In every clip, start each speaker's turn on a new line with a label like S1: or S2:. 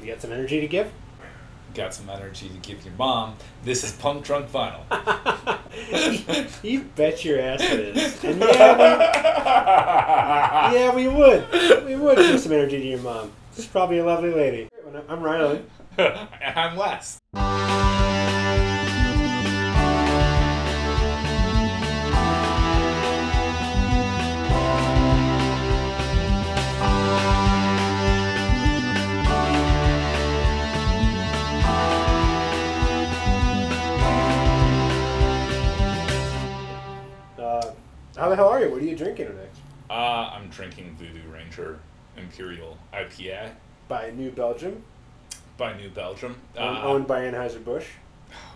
S1: You got some energy to give?
S2: Got some energy to give your mom. This is Punk Drunk Vinyl.
S1: you bet your ass it is. And yeah, we, yeah, we would. We would give some energy to your mom. She's probably a lovely lady. I'm Riley.
S2: I'm Les.
S1: Uh, how the hell are you? What are you drinking today?
S2: Uh, I'm drinking Voodoo Ranger Imperial IPA
S1: By New Belgium,
S2: by New Belgium.
S1: own-
S2: Uh,
S1: owned by Anheuser-Busch.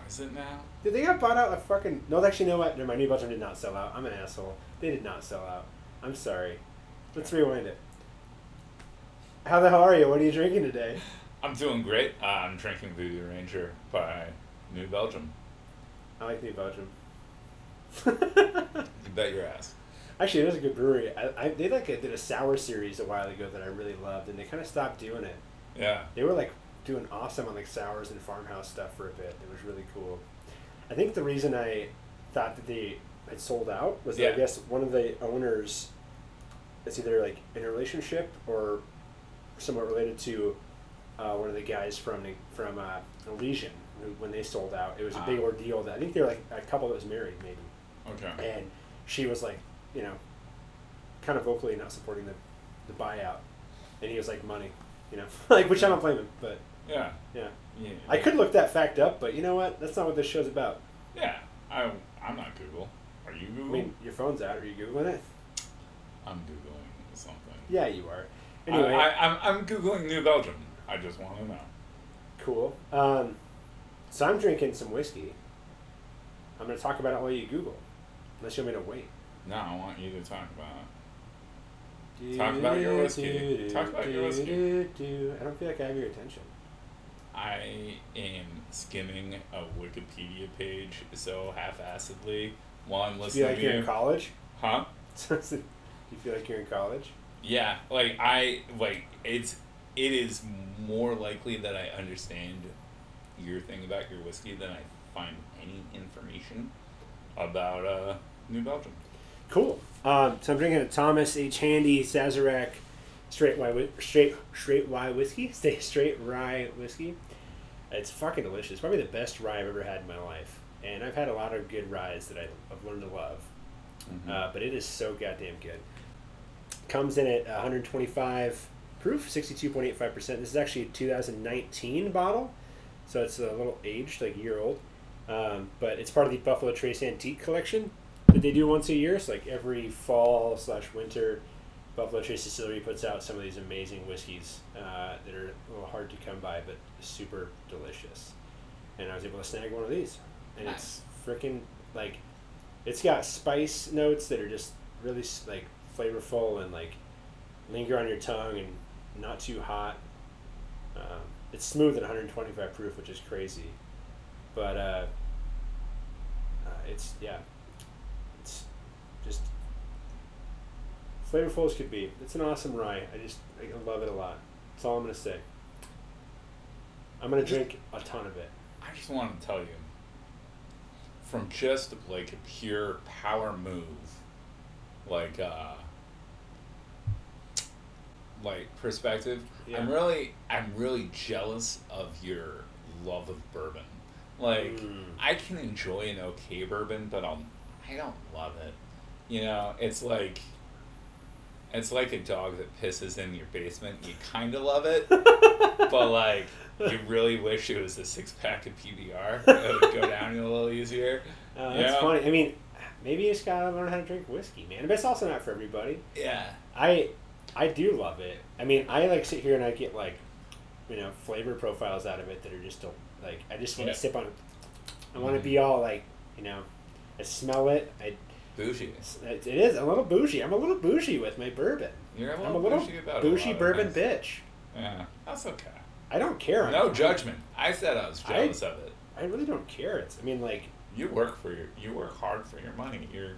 S2: Is it now?
S1: Did they got bought out like fucking... No, actually, you know what? No, my New Belgium did not sell out. I'm an asshole. They did not sell out. I'm sorry. Let's rewind it. How the hell are you? What are you drinking today?
S2: I'm doing great. Uh, I'm drinking Voodoo Ranger by New Belgium.
S1: I like New Belgium.
S2: You bet your ass.
S1: Actually, it was a good brewery. I, I, they like did a sour series a while ago that I really loved, and they kind of stopped doing it.
S2: Yeah.
S1: They were like doing awesome on like sours and farmhouse stuff for a bit. It was really cool. I think the reason I thought that they had sold out was that
S2: Yeah.
S1: I guess one of the owners is either like in a relationship or somewhat related to uh, one of the guys from the- from uh, Elysian. who- When they sold out, it was a big
S2: Ah.
S1: ordeal. That I think they were like a couple that was married, maybe
S2: Okay.
S1: and she was like, you know, kind of vocally not supporting the, the buyout, and he was like, money, you know, like which I don't blame him, but
S2: Yeah.
S1: yeah,
S2: Yeah.
S1: I could look that fact up, but you know what? That's not what this show's about.
S2: Yeah. I, I'm not Google. Are you
S1: I
S2: Google?
S1: mean, your phone's out. Are you googling it?
S2: I'm Googling something.
S1: Yeah, you are. Anyway,
S2: I, I, I'm, I'm Googling New Belgium. I just want to know.
S1: cool. Um, so I'm drinking some whiskey. I'm gonna talk about it while you Google, unless you want me to wait.
S2: No, I want you to talk about it. Talk about your whiskey. Talk about your whiskey.
S1: I don't feel like I have your attention.
S2: I am skimming a Wikipedia page so half-assedly while I'm
S1: Do you feel
S2: listening
S1: like
S2: to
S1: you're in
S2: you.
S1: college?
S2: Huh?
S1: Do you feel like you're in college?
S2: Yeah, like I like it's it is more likely that I understand your thing about your whiskey than I find any information about uh, New Belgium.
S1: Cool. Um, so I'm drinking a Thomas H. Handy Sazerac straight rye whi- straight straight rye whiskey. Stay straight rye whiskey. It's fucking delicious. Probably the best rye I've ever had in my life. And I've had a lot of good ryes that I- I've learned to love. Uh, but it is so goddamn good. Comes in at 125 proof, 62.85%. This is actually a 2019 bottle, so it's a little aged, like a year old. Um, but it's part of the Buffalo Trace Antique Collection that they do once a year. So like every fall slash winter, Buffalo Trace Distillery puts out some of these amazing whiskeys uh, that are a little hard to come by, but super delicious. And I was able to snag one of these, and it's freaking like it's got spice notes that are just really s- like flavorful and like linger on your tongue and not too hot. Um, it's smooth at 125 proof, which is crazy, but uh, uh, it's yeah, it's just flavorful as could be. It's an awesome rye. I just I love it a lot. That's all I'm gonna say. I'm gonna drink a ton of it.
S2: I just want to tell you from just like a pure power move, like uh, like perspective.
S1: Yeah.
S2: I'm really, I'm really jealous of your love of bourbon. Like,
S1: Mm.
S2: I can enjoy an okay bourbon, but I'll, I don't love it. You know, it's like. It's like a dog that pisses in your basement. You kind of love it, but like you really wish it was a six pack of PBR. It would go down a little easier.
S1: Uh, that's
S2: Yeah.
S1: funny. I mean, maybe you just gotta learn how to drink whiskey, man. But it's also not for everybody.
S2: Yeah.
S1: I I do love it. I mean, I like sit here and I get like, you know, flavor profiles out of it that are just del- like I just want to
S2: Yeah. Mm-hmm.
S1: sip on. it. I want to be all like, you know, I smell it. I
S2: Bougie.
S1: it is a little bougie. I'm a little bougie with my bourbon.
S2: You're a little,
S1: I'm a little
S2: bougie about
S1: bougie
S2: a lot
S1: bourbon
S2: of things.
S1: bitch.
S2: Yeah. That's okay.
S1: I don't care.
S2: No judgment. I said I was
S1: I-
S2: jealous of it.
S1: I really don't care. It's I mean like
S2: You work for your you work hard for your money. You're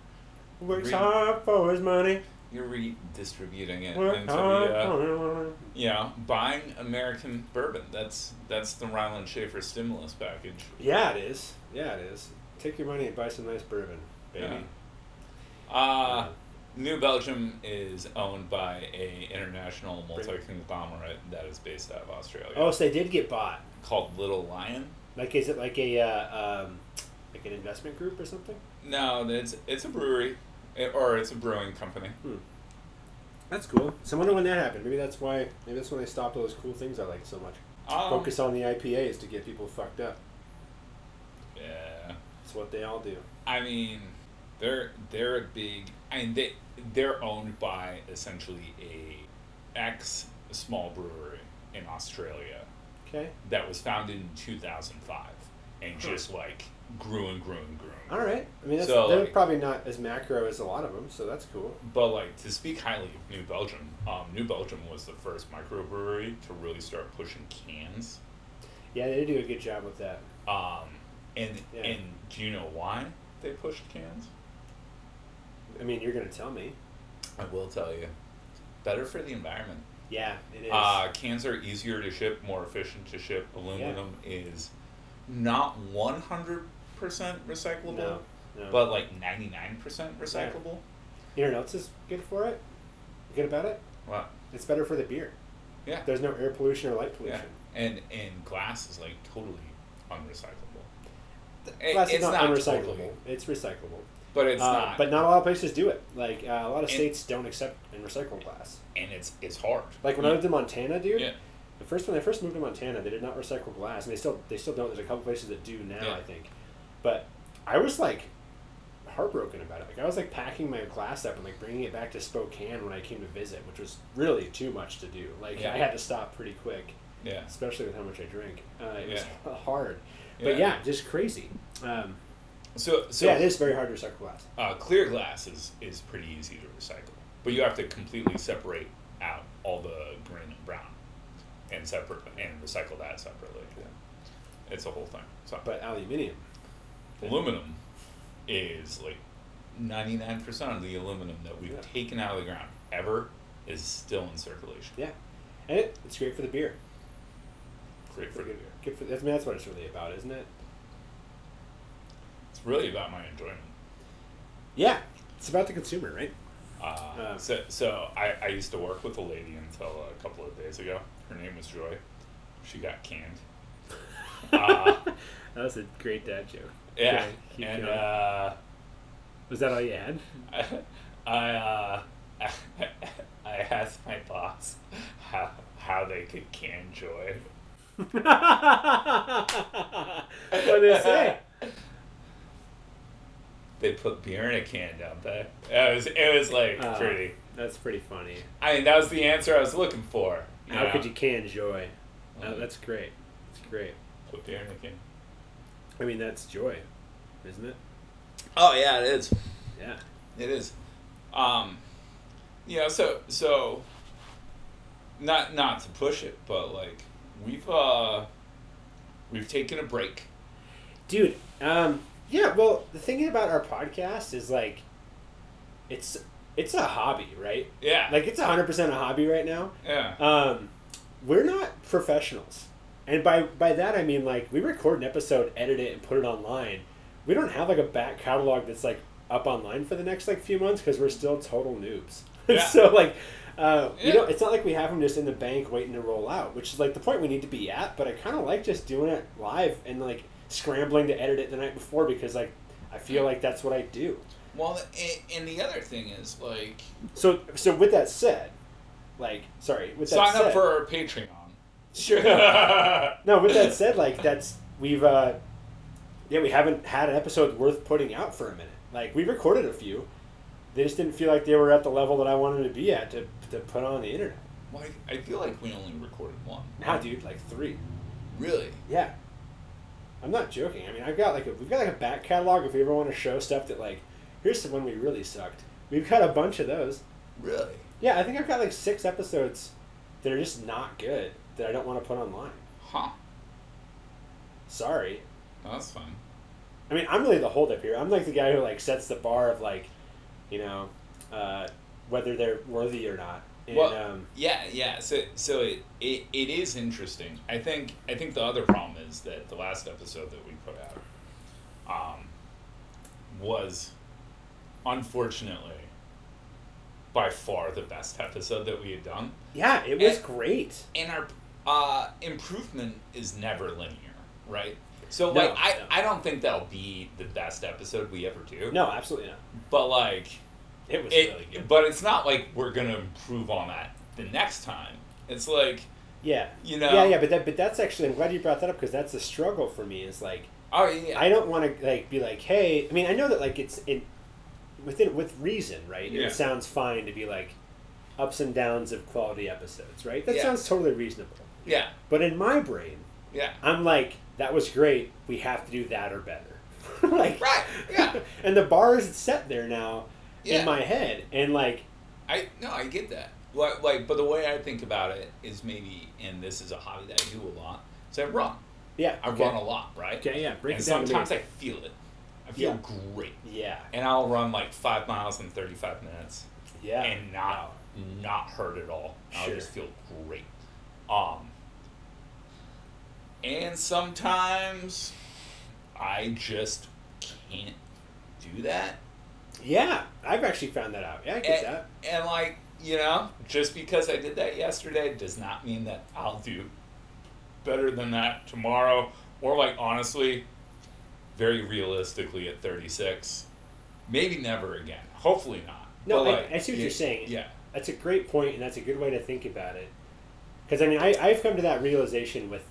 S1: works
S2: Really?
S1: hard for his money.
S2: You're redistributing it
S1: Well,
S2: into the, uh, you know, buying American bourbon. That's that's the Ryland Schaefer stimulus package.
S1: yeah, it is. Yeah, it is. Take your money and buy some nice bourbon, baby.
S2: Yeah. Uh, New Belgium is owned by a international multi conglomerate that is based out of Australia
S1: Oh, so they did get bought.
S2: called Little Lion.
S1: Like, is it like a uh, um, like an investment group or something?
S2: No, it's it's a brewery, eh, or it's a brewing company.
S1: That's cool. Hmm. So I wonder when that happened. Maybe that's why. Maybe that's when they stopped all those cool things I like so much.
S2: Um,
S1: Focus on the IPAs to get people fucked up.
S2: Yeah,
S1: That's what they all do.
S2: I mean, they're they're a big. I mean, they they're owned by essentially a ex small brewery in Australia
S1: Okay.
S2: that was founded in two thousand five and
S1: Huh.
S2: just like grew and grew and grew. And grew.
S1: All right. I mean, that's,
S2: So,
S1: they're
S2: like-
S1: probably not as macro as a lot of them, so that's cool.
S2: But like to speak highly of New Belgium, um, New Belgium was the first microbrewery to really start pushing cans.
S1: Yeah, they do a good job with that.
S2: Um, and
S1: Yeah.
S2: and do you know why they pushed cans?
S1: I mean, you're gonna tell me.
S2: I will tell you, better for the environment.
S1: Yeah, it is.
S2: Uh, cans are easier to ship, more efficient to ship. Aluminum is not one hundred percent recyclable,
S1: no, no.
S2: but like ninety nine percent recyclable.
S1: you know what else is good for it? Good about it?
S2: Wow.
S1: It's better for the beer.
S2: Yeah.
S1: There's no air pollution or light
S2: Yeah,
S1: pollution.
S2: and and glass is like totally unrecyclable. It-
S1: Plus, it's, not, unrecyclable.
S2: totally,
S1: It's recyclable.
S2: but it's
S1: Uh,
S2: not.
S1: But not a lot of places do it. Like uh, a lot of
S2: And-
S1: states don't accept and recycle glass.
S2: and it's it's hard.
S1: Like when I lived in Montana, dude.
S2: Mm. yeah,
S1: The first when I first moved to Montana, they did not recycle glass, and they still they still don't. There's a couple places that do now,
S2: Yeah.
S1: I think. But I was like heartbroken about it. Like I was like packing my glass up and like bringing it back to Spokane when I came to visit, which was really too much to do. Like
S2: Yeah.
S1: I had to stop pretty quick,
S2: yeah.
S1: especially with how much I drink. Uh, it
S2: Yeah.
S1: was hard, but
S2: Yeah.
S1: yeah, just crazy. Um,
S2: So so
S1: so yeah, it is very hard to recycle glass.
S2: Uh, clear glass is is pretty easy to recycle, but you have to completely separate out all the green and brown, and separate and recycle that separately. It's a whole thing. So,
S1: But aluminium,
S2: aluminum is like ninety nine percent of the aluminum that we've
S1: Yeah.
S2: taken out of the ground ever is still in circulation.
S1: yeah, and it, it's great for the beer.
S2: Great for the
S1: good,
S2: beer.
S1: good for, I mean, that's what it's really about, isn't it?
S2: It's really about my enjoyment.
S1: Yeah, it's about the consumer, right?
S2: Uh,
S1: Uh,
S2: so so I, I used to work with a lady until a couple of days ago. Her name was Joy. She got canned. Uh,
S1: That was a great dad joke.
S2: Yeah,
S1: Okay, keep
S2: and
S1: going.
S2: uh,
S1: was that all you had?
S2: I, I, uh, I asked my boss how how they could can joy.
S1: what did it say?
S2: They put beer in a can, don't they? It was it was like
S1: Uh,
S2: pretty.
S1: That's pretty funny.
S2: I mean, that was the answer I was looking for.
S1: How
S2: know?
S1: could you can joy? Uh,
S2: Um,
S1: that's great. That's great.
S2: put beer in a can?
S1: I mean, that's joy, isn't it?
S2: Oh yeah, it is.
S1: Yeah.
S2: It is. Um, you know, so so not not to push it, but like we've uh we've taken a break.
S1: dude um yeah well the thing about our podcast is like it's it's a hobby right
S2: Yeah.
S1: like it's 100% a hobby right now
S2: yeah.
S1: um we're not professionals and by by that i mean like we record an episode edit it and put it online we don't have like a back catalog that's like up online for the next like few months because we're still total noobs
S2: Yeah.
S1: so like uh, you
S2: Yeah.
S1: know, it's not like we have them just in the bank waiting to roll out, which is like the point we need to be at. But I kind of like just doing it live and like scrambling to edit it the night before because like I feel like that's what I do.
S2: Well, and, and the other thing is like
S1: So so with that said, like sorry, with that
S2: sign
S1: said,
S2: up for our Patreon.
S1: sure. No, with that said, like that's we've uh yeah, we haven't had an episode worth putting out for a minute. Like we recorded a few. They just didn't feel like they were at the level that I wanted to be at to, to put on the internet.
S2: Well, I, I feel like we only recorded one.
S1: Now, dude, like three.
S2: Really?
S1: Yeah. I'm not joking. I mean, I've got like a we've got like a back catalog if we ever want to show stuff that like here's the one we really sucked. We've got a bunch of those.
S2: Really?
S1: Yeah, I think I've got like six episodes that are just not good that I don't want to put online.
S2: Huh.
S1: Sorry,
S2: That's fine.
S1: I mean, I'm really the holdup here. I'm like the guy who like sets the bar of like, you know, uh, whether they're worthy or not. And,
S2: Well-
S1: um,
S2: Yeah, yeah. So so it, it it is interesting. I think I think the other problem is that the last episode that we put out um, was unfortunately by far the best episode that we had done.
S1: yeah, it was
S2: And-
S1: great.
S2: And our uh, improvement is never linear, right? So
S1: No,
S2: like I,
S1: no.
S2: I don't think that'll be the best episode we ever do.
S1: No, absolutely not.
S2: But like
S1: It was
S2: it,
S1: really good.
S2: but it's not like we're gonna improve on that the next time. It's like
S1: Yeah.
S2: you know.
S1: Yeah, yeah, but that, but that's actually I'm glad you brought that up because that's a struggle for me. Is like
S2: Oh yeah.
S1: I don't want to like be like, hey. I mean, I know that like it's in within with reason, right?
S2: Yeah.
S1: It sounds fine to be like ups and downs of quality episodes, right? That
S2: Yeah.
S1: sounds totally reasonable.
S2: yeah.
S1: But in my brain,
S2: Yeah.
S1: I'm like, that was great. We have to do that or better. like
S2: Right, yeah.
S1: and the bar is set there now
S2: Yeah.
S1: in my head, and like
S2: I no, I get that. Like, like, but the way I think about it is maybe, and this is a hobby that I do a lot. So I run.
S1: yeah,
S2: I
S1: okay.
S2: run a lot, right?
S1: Okay, yeah, break
S2: and
S1: it down. to me.
S2: sometimes I feel it. I feel
S1: Yeah.
S2: great,
S1: yeah,
S2: and I'll run like five miles in thirty-five minutes,
S1: yeah,
S2: and not not hurt at all. I'll
S1: Sure.
S2: just feel great. Um, and sometimes I just can't do that.
S1: yeah. I've actually found that out. Yeah, I get
S2: and,
S1: that.
S2: and, like you know just because i did that yesterday does not mean that i'll do better than that tomorrow or like honestly very realistically at 36 maybe never again hopefully not
S1: No,
S2: But,
S1: I-
S2: like,
S1: I see what
S2: yeah,
S1: you're saying.
S2: yeah
S1: That's a great point, and that's a good way to think about it. Because I mean, I, I've come to that realization with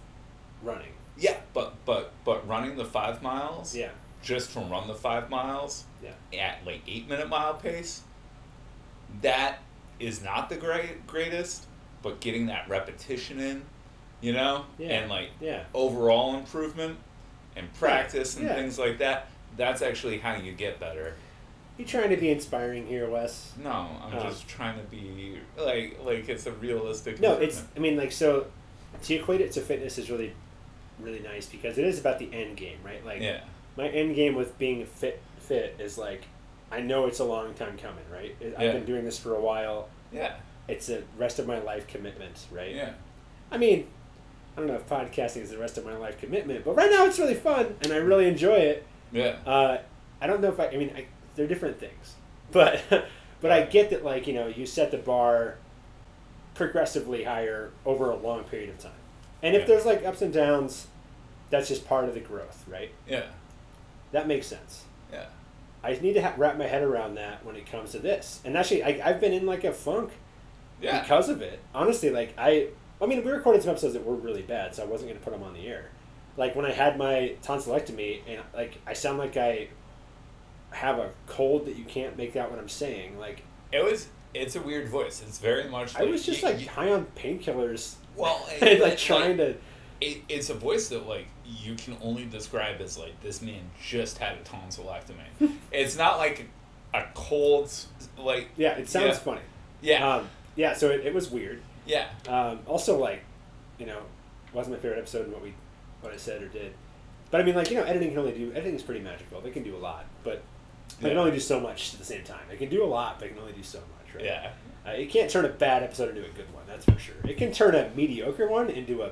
S1: running.
S2: yeah but but but running the five miles
S1: Yeah,
S2: just from run the five miles
S1: yeah,
S2: at like eight minute mile pace that is not the great, greatest but getting that repetition in you know
S1: Yeah.
S2: and like
S1: yeah.
S2: overall improvement and practice and
S1: Yeah.
S2: things like that that's actually how you get better
S1: You trying to be inspiring here, Wes?
S2: no i'm
S1: Oh.
S2: just trying to be like like it's a realistic
S1: No, it's.
S2: improvement.
S1: I mean, like, so to equate it to fitness is really, really nice because it is about the end game, right? Like,
S2: yeah
S1: my end game with being fit, fit is like, I know it's a long time coming, right? I-
S2: Yeah.
S1: I've been doing this for a while.
S2: yeah
S1: It's a rest of my life commitment, right?
S2: yeah
S1: I mean, I don't know if podcasting is the rest of my life commitment, but right now it's really fun and I really enjoy it.
S2: yeah
S1: Uh, I don't know if I. I mean, I, they're different things, but but I get that like you know you set the bar progressively higher over a long period of time, and if
S2: Yeah.
S1: there's like ups and downs, that's just part of the growth, right?
S2: yeah
S1: That makes sense.
S2: yeah
S1: I need to ha- wrap my head around that when it comes to this, and actually, I, I've been in like a funk
S2: yeah
S1: because of it. Honestly, like I, I mean, we recorded some episodes that were really bad, so I wasn't going to put them on the air. Like when I had my tonsillectomy, and like I sound like I have a cold that you can't make out what I'm saying. Like
S2: it was it's a weird voice it's very much
S1: I was just
S2: you-
S1: like
S2: you-
S1: high on painkillers,
S2: well
S1: and like trying to.
S2: it, it's a voice that like you can only describe as like this man just had a tonsillectomy. it's not like a cold like
S1: Yeah, it sounds
S2: Yeah.
S1: funny.
S2: yeah
S1: Um, yeah, so it, it was weird.
S2: yeah
S1: Um, also, like, you know, wasn't my favorite episode in what we, what I said or did, but I mean, like, you know, editing can only do editing's pretty magical. They can do a lot, but they can
S2: Yeah.
S1: only do so much at the same time. They can do a lot, but they can only do so much. Right?
S2: yeah
S1: Uh, you can't turn a bad episode into a good one. That's for sure. It can turn a mediocre one into a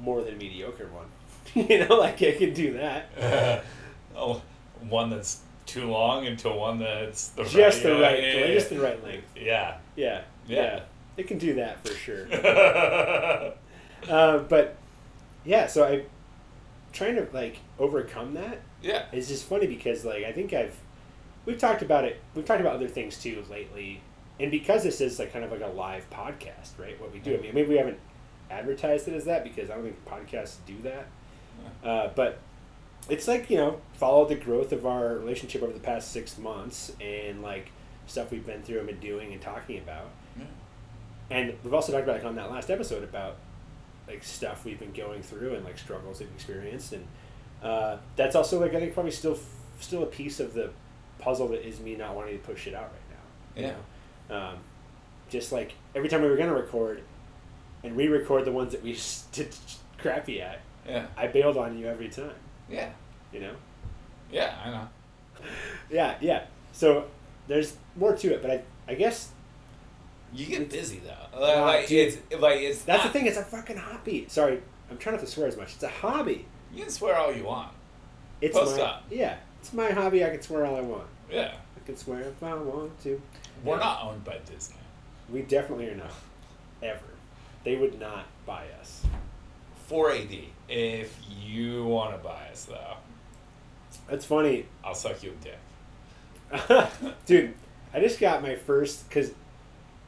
S1: more than mediocre one. you know, like it can do that.
S2: oh, one that's too long into one that's the
S1: Just the
S2: yeah,
S1: right,
S2: yeah, yeah,
S1: just the right length.
S2: yeah
S1: Yeah, yeah,
S2: Yeah.
S1: It can do that for sure.
S2: yeah
S1: uh, but yeah, so I trying to like overcome that
S2: yeah
S1: It's just funny because like I think I've we've talked about it. We've talked about other things too lately, and because this is like kind of like a live podcast, right? What we do. I mean, maybe we haven't advertised it as that because I don't think podcasts do that. Uh, but it's like you know follow the growth of our relationship over the past six months and like stuff we've been through and been doing and talking about.
S2: Yeah.
S1: And we've also talked about like on that last episode about like stuff we've been going through and like struggles we've experienced and uh, that's also like I think probably still still a piece of the puzzle that is me not wanting to push it out right now. You know, um, just like every time we were gonna record and re-record the ones that we s- did crappy at,
S2: yeah
S1: I bailed on you every time.
S2: yeah
S1: You know.
S2: yeah I know
S1: Yeah, yeah. So there's more to it, but I I guess
S2: You get busy though.
S1: Wow,
S2: like
S1: dude.
S2: it's like it's
S1: That's
S2: not-
S1: the thing. It's a fucking hobby. Sorry, I'm trying not to swear as much. It's a hobby.
S2: You can swear all you want.
S1: It's
S2: Post
S1: my
S2: up.
S1: yeah. It's my hobby. I can swear all I want.
S2: Yeah.
S1: I can swear if I want to.
S2: We're
S1: Yeah.
S2: not owned by Disney.
S1: We definitely are not. Ever. They would not buy us.
S2: 4AD. If you want to buy us though,
S1: That's funny.
S2: I'll suck you a dick.
S1: Dude, I just got my first because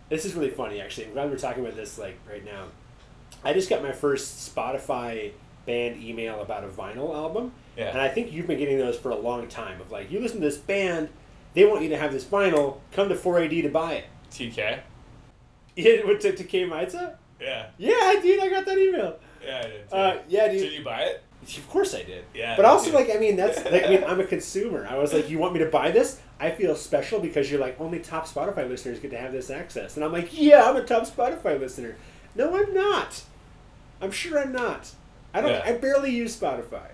S1: this is really funny. Actually, I'm glad we're talking about this like right now. I just got my first Spotify band email about a vinyl album,
S2: Yeah.
S1: and I think you've been getting those for a long time. Of like, you listen to this band, they want you to have this vinyl. Come to 4AD to buy it.
S2: TK.
S1: Yeah, what to, to K Maitza?
S2: Yeah.
S1: Yeah, dude, I got that email.
S2: Yeah. I did, too.
S1: Uh, yeah, dude.
S2: Did you buy it?
S1: Of course I did.
S2: Yeah,
S1: But
S2: me
S1: also,
S2: too.
S1: like, I mean, that's, like, I mean, I'm a consumer. I was like, you want me to buy this? I feel special because you're like, only top Spotify listeners get to have this access. And I'm like, yeah, I'm a top Spotify listener. No, I'm not. I'm sure I'm not. I don't,
S2: Yeah.
S1: I barely use Spotify.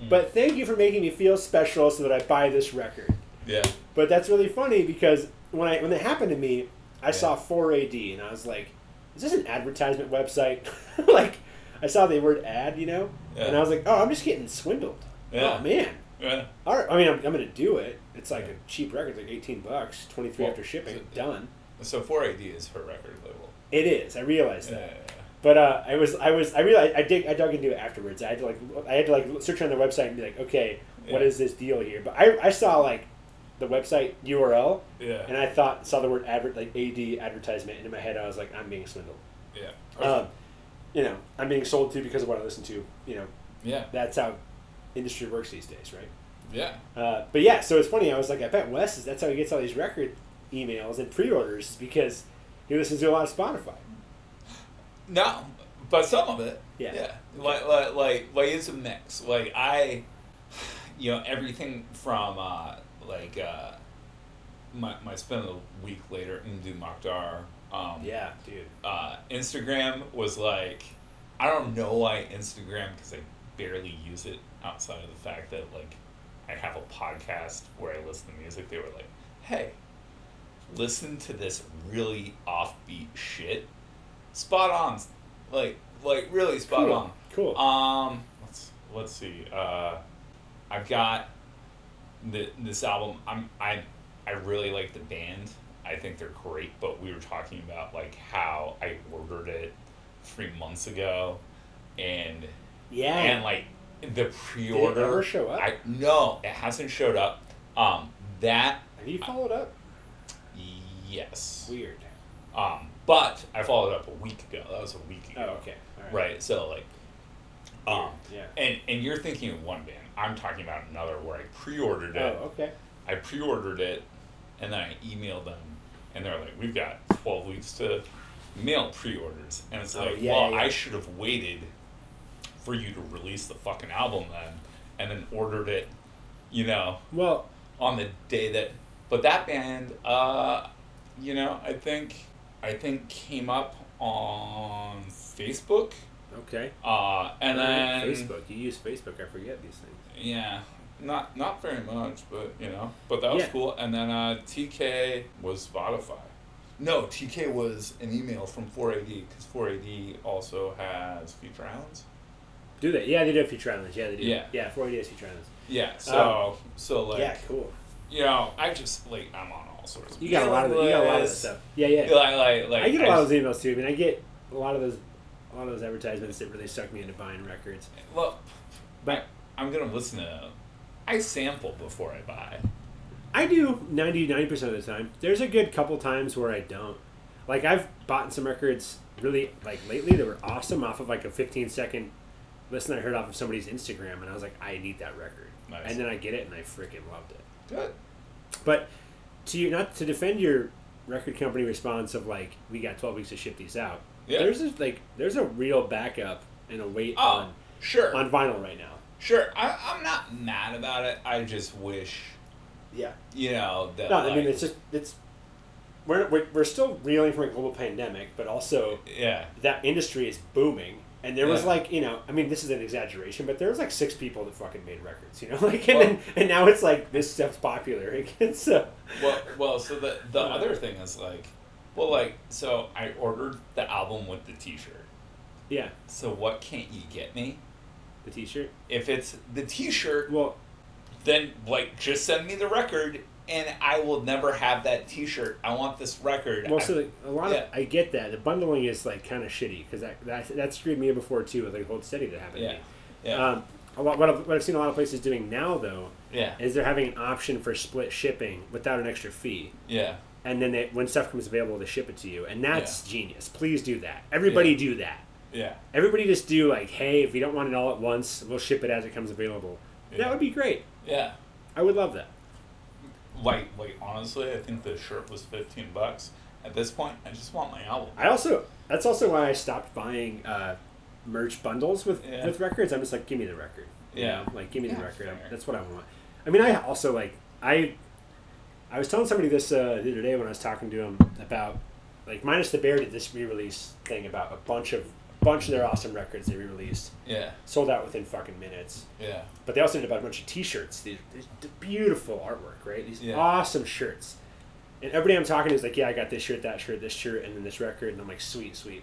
S2: Mm.
S1: But thank you for making me feel special so that I buy this record.
S2: Yeah.
S1: But that's really funny because when I when that happened to me, I
S2: Yeah.
S1: saw 4AD and I was like, is this an advertisement website? like, I saw the word ad, you know, and
S2: Yeah.
S1: I was like, oh, I'm just getting swindled.
S2: Yeah.
S1: Oh man.
S2: Yeah.
S1: All right, I mean, I'm, I'm gonna do it. It's like
S2: Yeah.
S1: a cheap record, like 18 bucks, 23
S2: Well,
S1: after shipping.
S2: so-
S1: done.
S2: So 4AD is her record label.
S1: It is. I realized
S2: Yeah.
S1: that. But uh, I was, I was, I realized, I dig, I dug into it afterwards. I had to like, I had to like search on the website and be like, okay, what
S2: Yeah.
S1: is this deal here? But I, I saw like the website URL
S2: Yeah.
S1: and I thought saw the word advert like AD advertisement, and in my head I was like, I'm being swindled.
S2: yeah.
S1: Um, you know, I'm being sold to because of what I listen to. You know,
S2: yeah.
S1: that's how industry works these days, right?
S2: Yeah.
S1: Uh, but yeah, so it's funny. I was like, I bet Wes is that's how he gets all these record emails and pre-orders is because he listens to a lot of Spotify.
S2: No, but some of it.
S1: Yeah.
S2: Yeah. Like, like, like, like it's a mix. Like I, you know, everything from uh, like uh, my my spin of the week later Indu Makdar. Um,
S1: Yeah, dude.
S2: Uh, Instagram was like, I don't know why Instagram because I barely use it outside of the fact that like I have a podcast where I listen to music. They were like, hey, listen to this really offbeat shit. Spot on, like like really spot
S1: Cool.
S2: on.
S1: Cool.
S2: Um, let's let's see. Uh, I've got the, this album. I'm I I really like the band. I think they're great. But we were talking about like how I ordered it three months ago, and
S1: yeah.
S2: and like the
S1: Did
S2: pre-order.
S1: it ever show up?
S2: I no, it hasn't showed up. Um, that
S1: Have you followed up?
S2: yes.
S1: Weird.
S2: Um, but I followed up a week ago. That was a week
S1: Oh,
S2: ago.
S1: okay. All right.
S2: Right. So like, um,
S1: Yeah.
S2: and and you're thinking of one band. I'm talking about another where I pre-ordered it.
S1: Oh, okay.
S2: I pre-ordered it, and then I emailed them, and they're like, "We've got 12 weeks to mail pre-orders," and it's
S1: Oh,
S2: like,
S1: yeah,
S2: "Well,
S1: yeah, yeah.
S2: I should have waited for you to release the fucking album then, and then ordered it, you know,
S1: Well,
S2: on the day that." But that band, uh, you know, I think I think came up on Facebook,
S1: okay.
S2: uh, and then
S1: Oh, Facebook. You use Facebook. I forget these things.
S2: Yeah, not not very much, but you know, but that was
S1: Yeah.
S2: cool. And then uh, TK was Spotify. No, TK was an email from 4AD because 4AD also has Future Islands.
S1: Do they? Yeah, they do have Future Islands. Yeah, they do.
S2: Yeah.
S1: Yeah, 40 days Future Islands.
S2: Yeah, so so like
S1: Oh. yeah, cool.
S2: you know, I just like I'm on all sorts. Of
S1: You got a lot of the, you got a lot of this stuff. Yeah, yeah.
S2: Like, like, like
S1: I get a lot of
S2: just-
S1: those emails too. I mean, I get a lot of those, a lot of those advertisements that really suck me into buying records.
S2: Look,
S1: But
S2: I'm gonna listen to. I sample before I buy.
S1: I do 90 percent of the time. There's a good couple times where I don't. Like I've bought some records really like lately that were awesome off of like a 15 second listen I heard off of somebody's Instagram, and I was like, I need that record,
S2: Nice.
S1: and then I get it, and I freaking loved it.
S2: Good.
S1: But to you, not to defend your record company response of like we got twelve weeks to ship these out.
S2: Yeah.
S1: There's a, like there's a real backup and a wait
S2: Oh, sure,
S1: on on vinyl right now.
S2: sure. I, I'm not mad about it. I just wish
S1: Yeah.
S2: you know that
S1: No,
S2: like,
S1: I mean it's just it's we're, we're we're still reeling from a global pandemic, but also
S2: yeah
S1: that industry is booming. And there was
S2: Yeah.
S1: like you know I mean this is an exaggeration, but there was like six people that fucking made records, you know, like and
S2: Well-
S1: then, and now it's like this stuff's popular again. So
S2: well well so the the
S1: Uh,
S2: other thing is like Well, like, so I ordered the album with the t shirt.
S1: Yeah,
S2: So what can't you get me?
S1: the T-shirt.
S2: If it's the t shirt,
S1: Well,
S2: then, like, just send me the record and I will never have that t shirt. I want this record.
S1: well,
S2: I-
S1: so like, a lot
S2: Yeah.
S1: of I get that the bundling is like kind of shitty because that, that that screwed me before too with like Hold Steady that happened.
S2: yeah.
S1: To me.
S2: Yeah.
S1: Um, a lot, what, I've, what I've seen a lot of places doing now though
S2: yeah.
S1: is they're having an option for split shipping without an extra fee.
S2: Yeah.
S1: and then they, when stuff comes available, they ship it to you, and that's genius. Please do that. Everybody
S2: Yeah.
S1: do that.
S2: Yeah.
S1: Everybody just do like, hey, if you don't want it all at once, we'll ship it as it comes available.
S2: Yeah.
S1: That would be great.
S2: Yeah.
S1: I would love that.
S2: Like, like honestly, I think the shirt was fifteen bucks. At this point, I just want my album.
S1: I also that's also why I stopped buying uh, merch bundles with
S2: Yeah.
S1: with records. I'm just like, give me the record. You
S2: Yeah.
S1: know, like give me the
S2: Yeah,
S1: record.
S2: fair.
S1: That's what I want. I mean, I also like I. I was telling somebody this uh, the other day when I was talking to him about like minus the bear did this re-release thing about a bunch of a bunch of their awesome records they re-released
S2: Yeah,
S1: sold out within fucking minutes.
S2: yeah,
S1: But they also did a bunch of T-shirts. These, these beautiful artwork, right? These
S2: Yeah.
S1: awesome shirts. And everybody I'm talking to is like, "Yeah, I got this shirt, that shirt, this shirt, and then this record." And I'm like, "Sweet, sweet."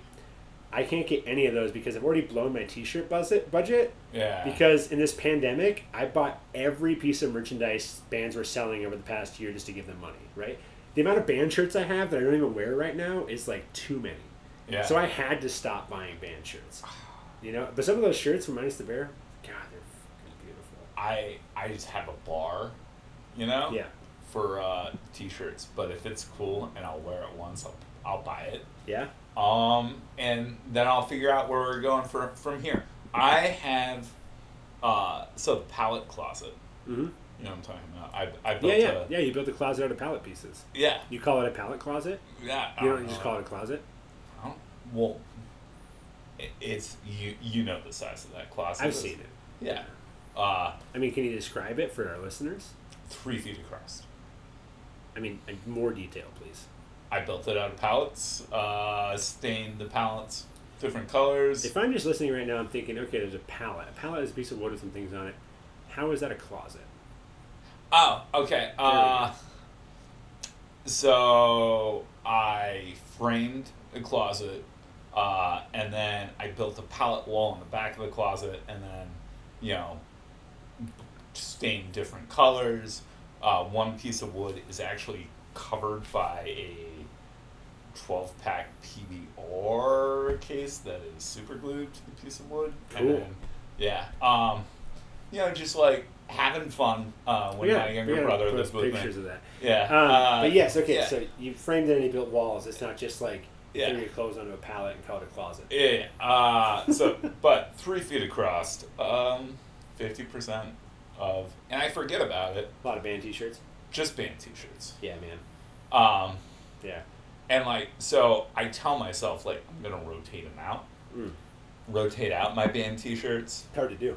S1: I can't get any of those because I've already blown my T-shirt budget. Budget
S2: yeah.
S1: because in this pandemic, I bought every piece of merchandise bands were selling over the past year just to give them money. Right? The amount of band shirts I have that I don't even wear right now is like too many.
S2: yeah.
S1: So I had to stop buying band shirts. You know, but some of those shirts from Minus the Bear, God, they're fucking beautiful.
S2: I I just have a bar, you know,
S1: Yeah,
S2: for uh, t-shirts. But if it's cool and I'll wear it once, I'll I'll buy it.
S1: yeah,
S2: Um, and then I'll figure out where we're going from from here. I have, uh, so the pallet closet.
S1: mm-hmm.
S2: You know what I'm talking about. I I built
S1: yeah, yeah,
S2: a
S1: yeah. You built a closet out of pallet pieces.
S2: yeah
S1: You call it a pallet closet.
S2: yeah. I
S1: You
S2: don't
S1: don't just
S2: know.
S1: call it a closet.
S2: I don't- Well, it- it's you. You know the size of that closet.
S1: I've
S2: is.
S1: seen it.
S2: Yeah, uh,
S1: I mean, can you describe it for our listeners?
S2: three feet across.
S1: I mean, in more detail, please.
S2: I built it out of pallets. Uh, stained the pallets different colors.
S1: If I'm just listening right now, I'm thinking, okay, there's a pallet. A pallet is a piece of wood with some things on it. How is that a closet?
S2: oh, okay. Uh, so I framed the closet, uh, and then I built a pallet wall in the back of the closet, and then you know, stained different colors. Uh, one piece of wood is actually covered by a 12 pack PBR case that is super glued to the piece of wood. And
S1: Cool.
S2: then, yeah. Um, you know, just like having fun uh, when
S1: We
S2: my
S1: gotta- we
S2: younger
S1: gotta
S2: brother
S1: post
S2: lived with
S1: pictures
S2: me.
S1: of that.
S2: Yeah.
S1: Um,
S2: uh,
S1: but yes, okay.
S2: yeah.
S1: So you framed it and you built walls. It's not just like
S2: Yeah.
S1: throw your clothes onto a pallet and call it a closet.
S2: Yeah. Uh, so, but three feet across, um, 50% of, and I forget about it,
S1: a lot of band T-shirts.
S2: just band t shirts.
S1: Yeah, man.
S2: Um,
S1: Yeah.
S2: And like, so I tell myself like I'm gonna rotate them out,
S1: Mm.
S2: rotate out my band T-shirts.
S1: Hard to do.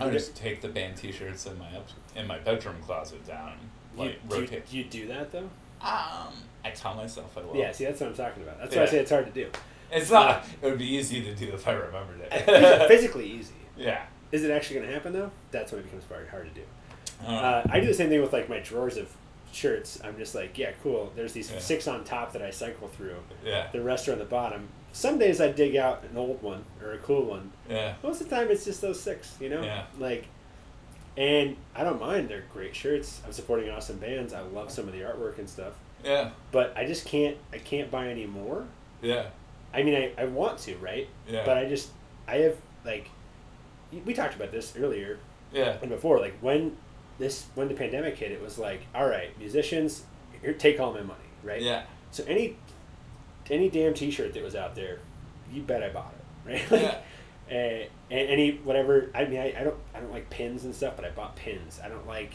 S2: I
S1: Okay.
S2: just take the band T-shirts in my up, in my bedroom closet down, and,
S1: You,
S2: like
S1: do, you,
S2: rotate.
S1: do you do that though?
S2: um, I tell myself I will.
S1: yeah. See, that's what I'm talking about. That's why I
S2: Yeah.
S1: say it's hard to do.
S2: it's not. It would be easy to do if I remembered
S1: Physi-
S2: it.
S1: Physically easy.
S2: yeah.
S1: Is it actually going to happen though? That's when it becomes hard, hard to do.
S2: I don't know.
S1: Uh, I do the same thing with like my drawers of shirts. I'm just like, yeah, cool. There's these
S2: Yeah.
S1: six on top that I cycle through.
S2: yeah.
S1: The rest are on the bottom. Some days I dig out an old one or a cool one.
S2: Yeah.
S1: Most of the time, it's just those six, you know?
S2: Yeah.
S1: Like, and I don't mind. They're great shirts. I'm supporting awesome bands. I love some of the artwork and stuff.
S2: Yeah.
S1: But I just can't, I can't buy any more.
S2: Yeah.
S1: I mean, I, I want to, right?
S2: Yeah.
S1: But I just, I have, like, we talked about this earlier
S2: Yeah.
S1: and before. Like, when this, when the pandemic hit, it was like, all right, musicians, here, take all my money, right?
S2: Yeah.
S1: So any any damn T-shirt that was out there, you bet I bought it, right? Like,
S2: Yeah.
S1: eh, and any whatever. I mean, I, I don't I don't like pins and stuff, but I bought pins. I don't like,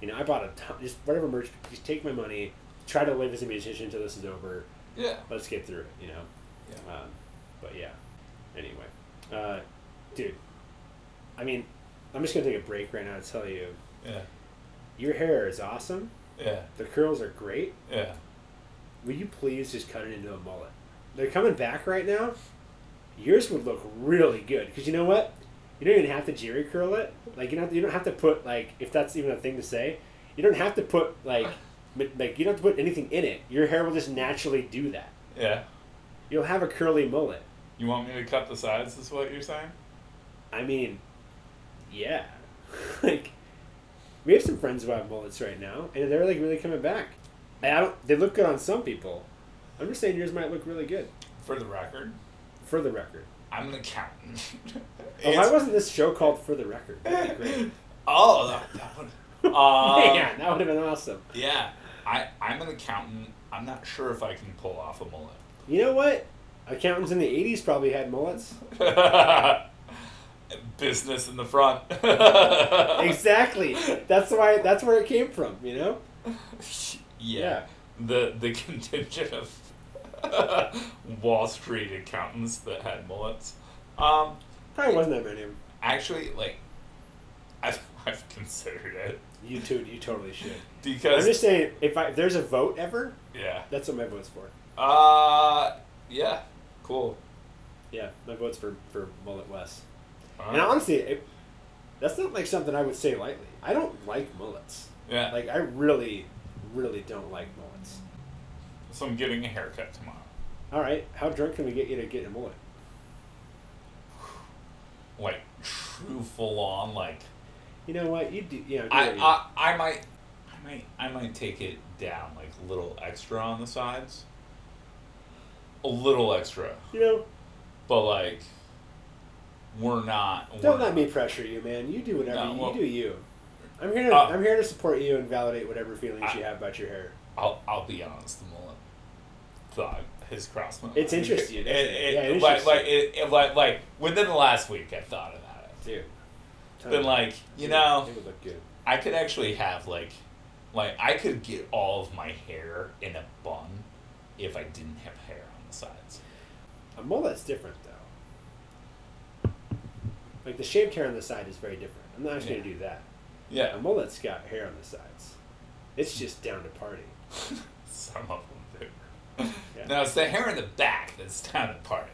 S1: you know, I bought a ton, just whatever merch. Just take my money. Try to live as a musician until this is over.
S2: Yeah.
S1: Let's get through it, you know.
S2: Yeah.
S1: Um, but yeah. Anyway, uh, dude. I mean, I'm just gonna take a break right now to tell you,
S2: Yeah.
S1: your hair is awesome.
S2: Yeah.
S1: The curls are great.
S2: Yeah.
S1: Will you please just cut it into a mullet? They're coming back right now. Yours would look really good because you know what? You don't even have to jerry curl it. Like you don't you don't have to put like if that's even a thing to say. You don't have to put like m- like you don't have to put anything in it. Your hair will just naturally do that.
S2: Yeah.
S1: You'll have a curly mullet.
S2: You want me to cut the sides? Is what you're saying?
S1: I mean, yeah. like, we have some friends who have mullets right now, and they're like really coming back. And I don't. They look good on some people. I'm just saying yours might look really good.
S2: For the record,
S1: For the record,
S2: I'm an accountant.
S1: oh, why
S2: It's-
S1: wasn't this show called For the Record? That'd be great.
S2: Oh, that, that would. Um,
S1: Man, that would have been awesome.
S2: Yeah, I I'm an accountant. I'm not sure if I can pull off a
S1: You know what? Accountants in the '80s probably had mullets.
S2: mullet. Business in the front.
S1: exactly. That's why. That's where it came from. You know.
S2: Yeah. The the contingent of Wall Street accountants that had mullets. Um,
S1: Probably wasn't that many.
S2: actually, like, I've I've considered it
S1: You too. You totally should. I'm
S2: because
S1: just saying, if, I, if there's a vote ever,
S2: yeah.
S1: that's what my vote's for.
S2: Uh, yeah. Cool.
S1: Yeah, my vote's for for mullet West. And
S2: Alright.
S1: honestly, it, that's not like something I would say lightly. I don't like mullets.
S2: Yeah.
S1: Like I really, really don't like mullets.
S2: so I'm getting a haircut tomorrow.
S1: All right, how drunk can we get you to get a mullet?
S2: Like true full on like
S1: You know what? You do. You know. do
S2: I, uh,
S1: what you-
S2: I I might I might I might take it down like a little extra on the sides. A little extra.
S1: you know.
S2: But like we're not we're
S1: Don't let
S2: not-
S1: me pressure you, man. You do whatever
S2: No,
S1: you,
S2: well-
S1: do. You. I'm here. To,
S2: Uh,
S1: I'm here to support you and validate whatever feelings
S2: I-
S1: you have about your hair.
S2: I'll I'll be honest, the mullet thought his crossman.
S1: It's interesting.
S2: It, it,
S1: Yeah, it
S2: like
S1: is
S2: like it, it- like like within the last week I thought about it.
S1: Dude.
S2: Been like, you
S1: Dude,
S2: know,
S1: It would look good.
S2: I could actually have like, like I could get all of my hair in a bun, if I didn't have hair on the sides.
S1: A mullet's different though. Like the shaved hair on the side is very different. I'm not actually gonna do that. A
S2: Yeah,
S1: mullet's got hair on the sides. It's just down to party.
S2: some of them do.
S1: Yeah.
S2: No, it's the hair in the back that's down the party.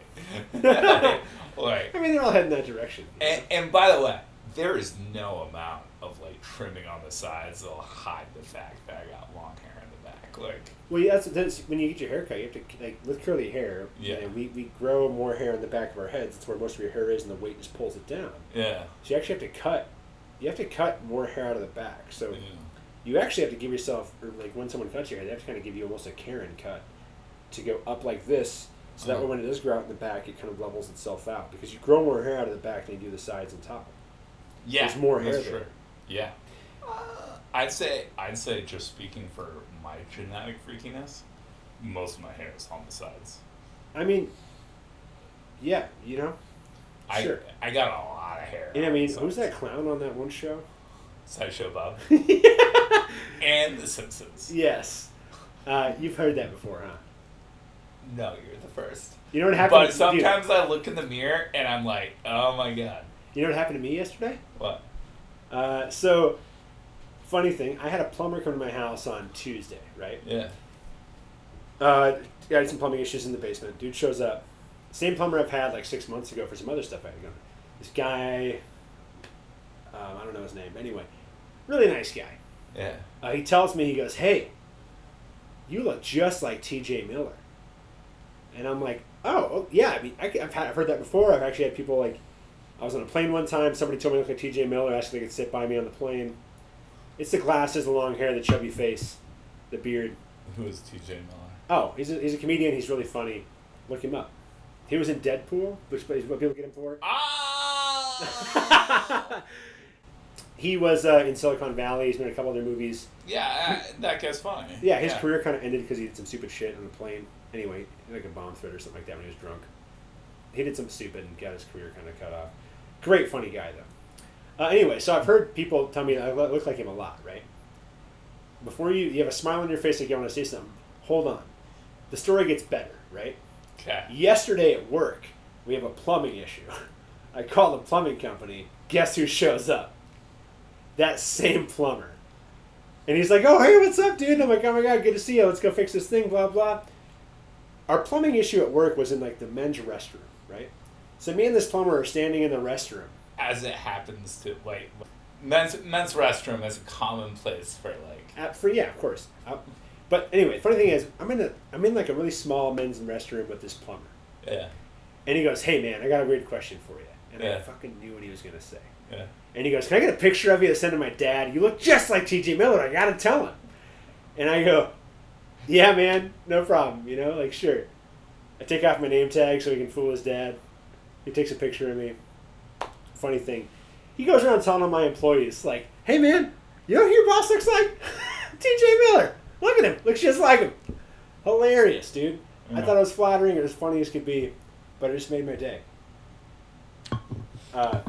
S2: like,
S1: I mean, they're all heading that direction.
S2: and, and by the way, there is no amount of like trimming on the sides that'll hide the fact that I got long hair in the back. Like,
S1: Well, yeah, that's, that's when you get your haircut. You have to like with curly hair.
S2: Yeah.
S1: And we, we grow more hair on the back of our heads. It's where most of your hair is, and the weight just pulls it down.
S2: yeah,
S1: So you actually have to cut. You have to cut more hair out of the back. So
S2: yeah,
S1: you actually have to give yourself, or like when someone cuts your hair, they have to kind of give you almost a Karen cut to go up like this. So that way,
S2: Uh-huh.
S1: when it does grow out in the back, it kind of levels itself out because you grow more hair out of the back than you do the sides and top.
S2: yeah.
S1: There's more
S2: that's
S1: hair there.
S2: true. Yeah. Uh, I'd say I'd say just speaking for my genetic freakiness, most of my hair is on the sides.
S1: I mean, yeah, you know.
S2: I
S1: Sure.
S2: I got a lot of hair.
S1: And I
S2: on
S1: mean,
S2: the
S1: who's that
S2: sides.
S1: clown on that one show?
S2: Sideshow Bob and The Simpsons.
S1: Yes. Uh, you've heard that before, huh?
S2: No, you're the first.
S1: You know what happened?
S2: But
S1: dude,
S2: sometimes I look in the mirror and I'm like, oh my god,
S1: you know what happened to me yesterday?
S2: what?
S1: Uh, so, funny thing, I had a plumber come to my house on Tuesday, right?
S2: Yeah,
S1: Uh, I had some plumbing issues in the basement. Dude shows up. Same plumber I've had like six months ago for some other stuff I had going. This guy, um, I don't know his name. Anyway, really nice guy.
S2: yeah.
S1: Uh, he tells me, he goes, Hey, you look just like TJ Miller. And I'm like, Oh, oh, yeah. I mean, I, have had, I've heard that before. I've actually had people like, I was on a plane one time. Somebody told me I looked like TJ Miller. Asked if they could sit by me on the plane. It's the glasses, the long hair, the chubby face, the beard.
S2: Who is T.J. Miller?
S1: Oh, he's a, he's a comedian. He's really funny. Look him up. He was in Deadpool, which is what people get him for.
S2: Ah.
S1: he was uh, in Silicon Valley. He's been in a couple other movies.
S2: yeah, I- that guy's funny.
S1: Yeah, his career kind of ended because he did some stupid shit on the plane. Anyway, like a bomb threat or something like that when he was drunk. He did something stupid and got his career kind of cut off. Great, funny guy though. Uh, anyway, so I've heard people tell me I lo- look like him a lot, right? Before you, you have a smile on your face like you want to say something. Hold on, the story gets better, right?
S2: Okay.
S1: Yesterday at work, we have a plumbing issue. I call the plumbing company. Guess who shows up? That same plumber. And he's like, "Oh, hey, what's up, dude?" And I'm like, "Oh my god, good to see you. Let's go fix this thing." Blah blah. Our plumbing issue at work was in like the men's restroom, right? So me and this plumber are standing in the restroom.
S2: as it happens to like men's men's restroom is a common place for like
S1: At, for yeah, of course. Uh, But anyway, funny thing is, I'm in a I'm in like a really small men's restroom with this plumber,
S2: Yeah.
S1: and he goes, "Hey man, I got a weird question for you," and I
S2: Yeah.
S1: fucking knew what he was gonna say.
S2: Yeah.
S1: And he goes, "Can I get a picture of you to send to my dad? You look just like T.J. Miller. I gotta tell him." And I go, "Yeah, man, no problem. You know, like sure." I take off my name tag so he can fool his dad. He takes a picture of me. Funny thing, he goes around telling all my employees, like, "Hey, man, you know who your boss looks like? T.J. Miller. Look at him. Looks just like him. Hilarious, dude. I
S2: Yeah.
S1: thought it was flattering. It was funny as could be, but it just made my day." Uh,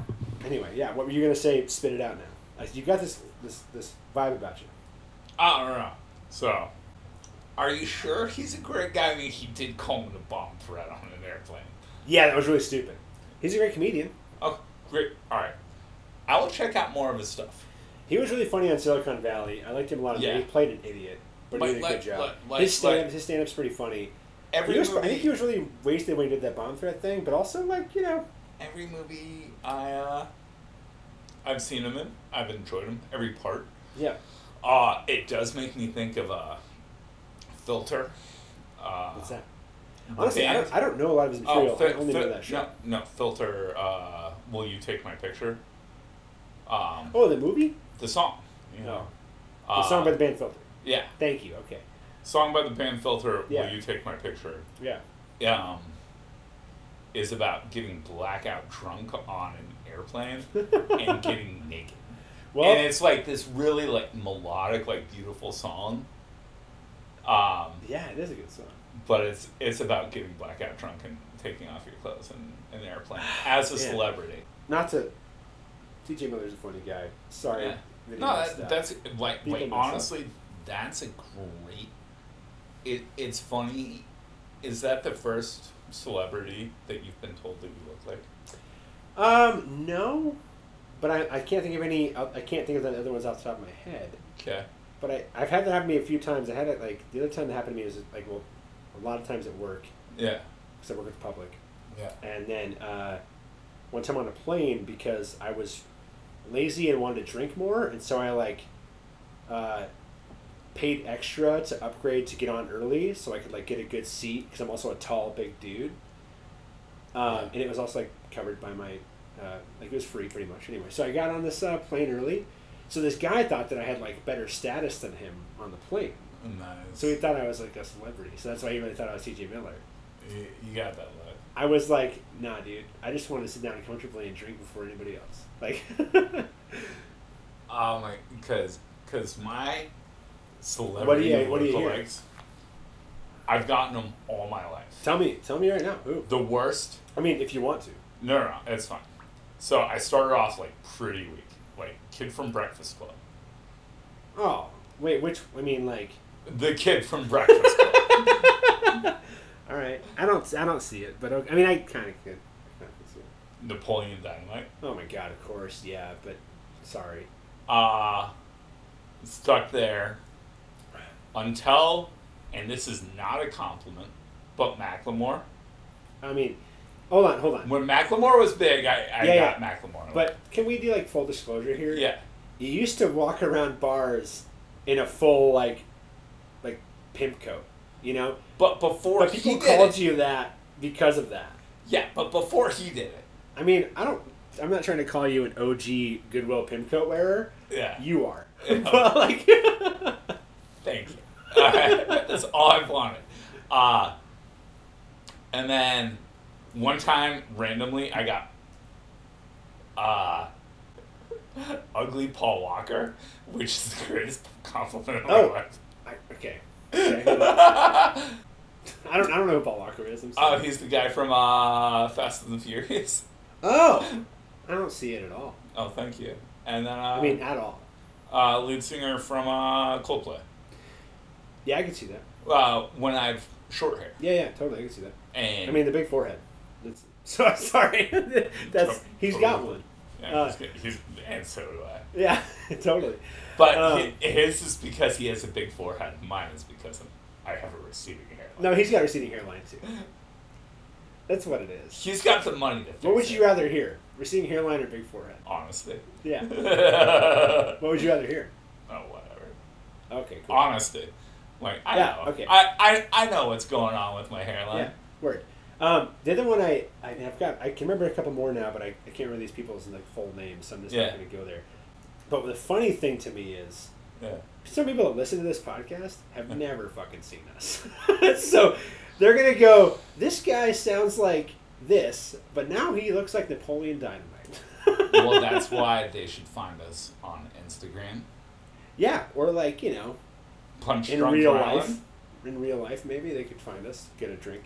S1: anyway, yeah. What were you gonna say? Spit it out now. Like, you got this this this vibe about you.
S2: I don't know. So, are you sure he's a great guy? I mean, he did call me a bomb threat on an airplane.
S1: Yeah, that was really stupid. He's a great comedian.
S2: Oh, great. All right. I will check out more of his stuff.
S1: He was really funny on Silicon Valley. I liked him a lot.
S2: Yeah.
S1: He played an idiot, but he
S2: Like-
S1: did a
S2: like-
S1: good job.
S2: like- like-
S1: his stand
S2: like-
S1: his stand up's pretty funny.
S2: Every
S1: He was-
S2: movie,
S1: I think he was really wasted when he did that bomb threat thing, but also like you know,
S2: every movie I uh, I've seen him in, I've enjoyed him every part.
S1: yeah.
S2: Uh, it does make me think of a filter. Uh,
S1: What's that?
S2: the
S1: Honestly, I
S2: band.
S1: don't, I don't know a lot of his material.
S2: Oh, fi-
S1: I only
S2: fi-
S1: know that show.
S2: No, no filter. Uh, will you take my picture? Um,
S1: Oh, the movie?
S2: the song. you
S1: No,
S2: know.
S1: the
S2: Uh,
S1: song by the band Filter.
S2: Yeah,
S1: Thank you. Okay.
S2: song by the band Filter.
S1: Yeah.
S2: Will you take my picture?
S1: Yeah.
S2: Um, is about getting blackout drunk on an airplane and getting naked.
S1: Well,
S2: and it's like this really like melodic, like beautiful song. Um,
S1: yeah, it is a good song.
S2: but it's it's about getting blackout drunk and taking off your clothes in an airplane as a
S1: Yeah.
S2: celebrity.
S1: Not to. T.J. Miller's a funny guy. Sorry.
S2: Yeah.
S1: that he
S2: No,
S1: messed
S2: that,
S1: up.
S2: that's like
S1: People
S2: wait,
S1: mess up.
S2: honestly, that's a great. It it's funny. Is that the first celebrity that you've been told that you look like?
S1: Um, no, but I, I can't think of any. uh, I can't think of the other ones off the top of my head.
S2: Okay.
S1: But I I've had that happen to me a few times. I had it like the other time that happened to me was like well, a lot of times at work
S2: Yeah.
S1: because I work with the public,
S2: Yeah.
S1: and then uh, one time on a plane because I was lazy and wanted to drink more, and so I like uh, paid extra to upgrade to get on early so I could like get a good seat because I'm also a tall big dude. Um, and it was also like covered by my uh, like it was free pretty much anyway. So I got on this uh, plane early. So this guy thought that I had like better status than him on the plane.
S2: Nice.
S1: So he thought I was like a celebrity. So that's why he really thought I was T.J. Miller.
S2: you, you got that look.
S1: I was like, nah, dude. I just want to sit down comfortably and drink before anybody else. Like,
S2: Oh my, because because my celebrity
S1: What do you- what do you hear?
S2: lookalikes, I've gotten them all my life.
S1: tell me, tell me right now. Who?
S2: The worst
S1: I mean, if you want to.
S2: No, no, no, it's fine. So I started off like pretty weak, like kid from Breakfast Club,
S1: Oh, wait. Which? I mean, like.
S2: the kid from Breakfast Club.
S1: All right. I don't. I don't see it, but okay. I mean, I kind of could. I kinda could see it.
S2: Napoleon Dynamite.
S1: Oh my god! Of course, yeah. But sorry.
S2: Uh stuck there until, and this is not a compliment, but Macklemore.
S1: I mean, hold on, hold on.
S2: When Macklemore was big, I, I
S1: Yeah,
S2: got Macklemore.
S1: But can we do like full disclosure here?
S2: yeah,
S1: You used to walk around bars in a full like, like pimp coat, you know.
S2: but before
S1: But people
S2: he did
S1: called
S2: it,
S1: you that because of that.
S2: yeah, but before he did it,
S1: I mean, I don't. I'm not trying to call you an OG Goodwill pimp coat wearer.
S2: yeah.
S1: You are.
S2: Yeah.
S1: but like.
S2: Thank you. All right. That's all I wanted. Uh, and then one time, randomly, I got uh, ugly Paul Walker, which is the greatest compliment of my
S1: Oh.
S2: life.
S1: I, okay. Okay, hold on. I don't. I don't know who Paul Walker is. I'm
S2: oh,
S1: sorry.
S2: he's the guy from uh, Fast and the Furious.
S1: Oh, I don't see it at all.
S2: Oh, thank you. And then uh,
S1: I mean, at all.
S2: uh, lead singer from uh, Coldplay.
S1: Yeah, I can see that.
S2: Uh, when I have short hair.
S1: Yeah, yeah, totally, I can see that.
S2: And
S1: I mean, the big forehead. That's, so sorry. That's he's got one.
S2: Yeah,
S1: uh,
S2: he's good. He's, and so do I.
S1: Yeah, totally.
S2: But
S1: Uh,
S2: hi- his is because he has a big forehead. Mine is because I'm, I have a receding hairline.
S1: No, he's got a receding hairline too. That's what it is.
S2: He's got the money to fix
S1: What would
S2: it,
S1: you rather hear? Receding hairline or big forehead?
S2: Honestly.
S1: Yeah.
S2: oh,
S1: What would you rather hear?
S2: whatever.
S1: Okay, cool.
S2: Honesty. Like I
S1: Yeah,
S2: know.
S1: okay.
S2: I, I I know what's going on with my hairline.
S1: Yeah, word. Um, the other one I, I I forgot. I can remember a couple more now, but I, I can't remember these people's like full names, so I'm just
S2: Yeah.
S1: not going to go there. But the funny thing to me is,
S2: Yeah.
S1: some people that listen to this podcast have never fucking seen us, so they're going to go. This guy sounds like this, but now he looks like Napoleon Dynamite.
S2: well, that's why they should find us on Instagram.
S1: Yeah, or like you know,
S2: Punch
S1: in
S2: Drunk
S1: real
S2: Island.
S1: life. In real life, maybe they could find us, get a drink.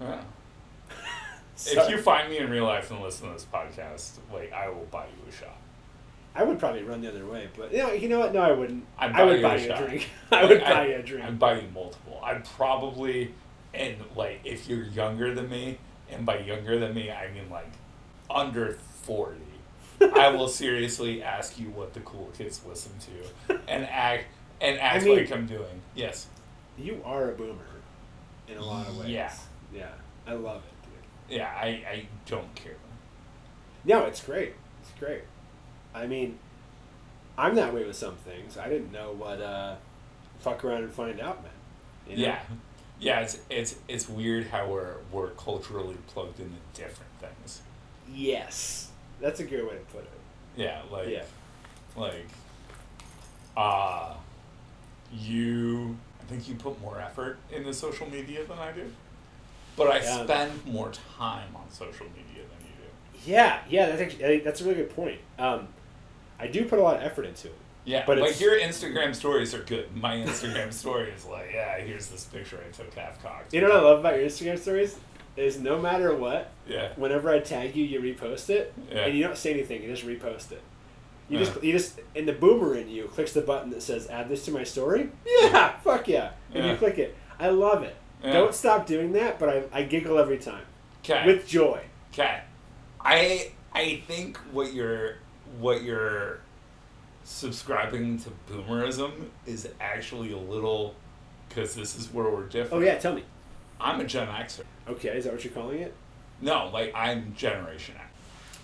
S2: Yeah. If
S1: So-
S2: you find me in real life and listen to this podcast, like I will buy you a shot.
S1: I would probably run the other way, but you know, you know what? No, I wouldn't.
S2: I'd
S1: I would
S2: buy
S1: buy
S2: you a
S1: you a
S2: shot.
S1: drink. I would
S2: Like,
S1: buy you a drink.
S2: I'd buy you multiple. I'd probably, and like if you're younger than me, and by younger than me, I mean like under 40, I will seriously ask you what the cool kids listen to and act and act
S1: mean-
S2: like I'm doing. Yes.
S1: you are a boomer in a lot of ways.
S2: Yeah.
S1: Yeah. I love it, dude.
S2: Yeah, I, I don't care.
S1: No, it's great. It's great. I mean, I'm that way with some things. I didn't know what uh, fuck around and find out man. You know?
S2: Yeah. Yeah, it's it's it's weird how we're we're culturally plugged into different things.
S1: Yes. That's a good way to put it.
S2: Yeah, like
S1: Yeah.
S2: like uh you I think you put more effort into social media than I do. But I
S1: Yeah.
S2: spend more time on social media than you do.
S1: Yeah. Yeah. That's actually, I think that's a really good point. Um, I do put a lot of effort into it.
S2: Yeah,
S1: But
S2: but
S1: it's-
S2: like your Instagram stories are good. My Instagram story is like, yeah, here's this picture I took half cocked.
S1: You know what I love about your Instagram stories? Is no matter what,
S2: Yeah.
S1: whenever I tag you, you repost it,
S2: Yeah.
S1: and you don't say anything. You just repost it. You
S2: Yeah.
S1: just you just and the boomer in you clicks the button that says "Add this to my story." Yeah, fuck yeah, and you
S2: Yeah.
S1: click it. I love it.
S2: Yeah.
S1: Don't stop doing that, but I, I giggle every time
S2: Okay.
S1: with joy.
S2: Okay. I I think what you're what you're subscribing to boomerism is actually a little because this is where we're different.
S1: Oh yeah, tell me.
S2: I'm a Gen Xer.
S1: Okay, is that what you're calling it?
S2: No, like I'm Generation X,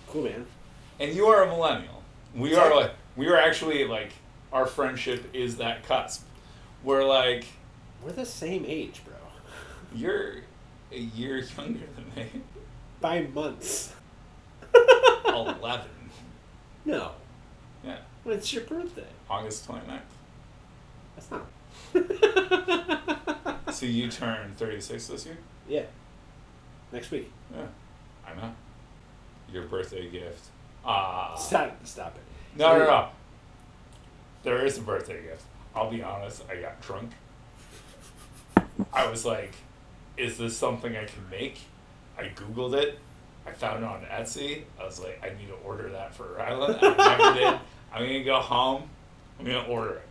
S1: Cool man.
S2: and you are a millennial. We are
S1: Exactly.
S2: like we are actually like our friendship is that cusp. We're like
S1: We're the same age, bro,
S2: you're a year younger than me,
S1: by months.
S2: eleven.
S1: No,
S2: Yeah,
S1: when it's your birthday.
S2: August 29th.
S1: That's not.
S2: So you turn 36 this year.
S1: yeah. Next week.
S2: Yeah, I know. Your birthday gift. Ah.
S1: Stop. Stop it.
S2: No, no, no. There is a birthday gift. I'll be honest, I got drunk. I was like, is this something I can make? I Googled it. I found it on Etsy. I was like, I need to order that for Rhode Island. I never did. I'm going to go home. I'm going to order it.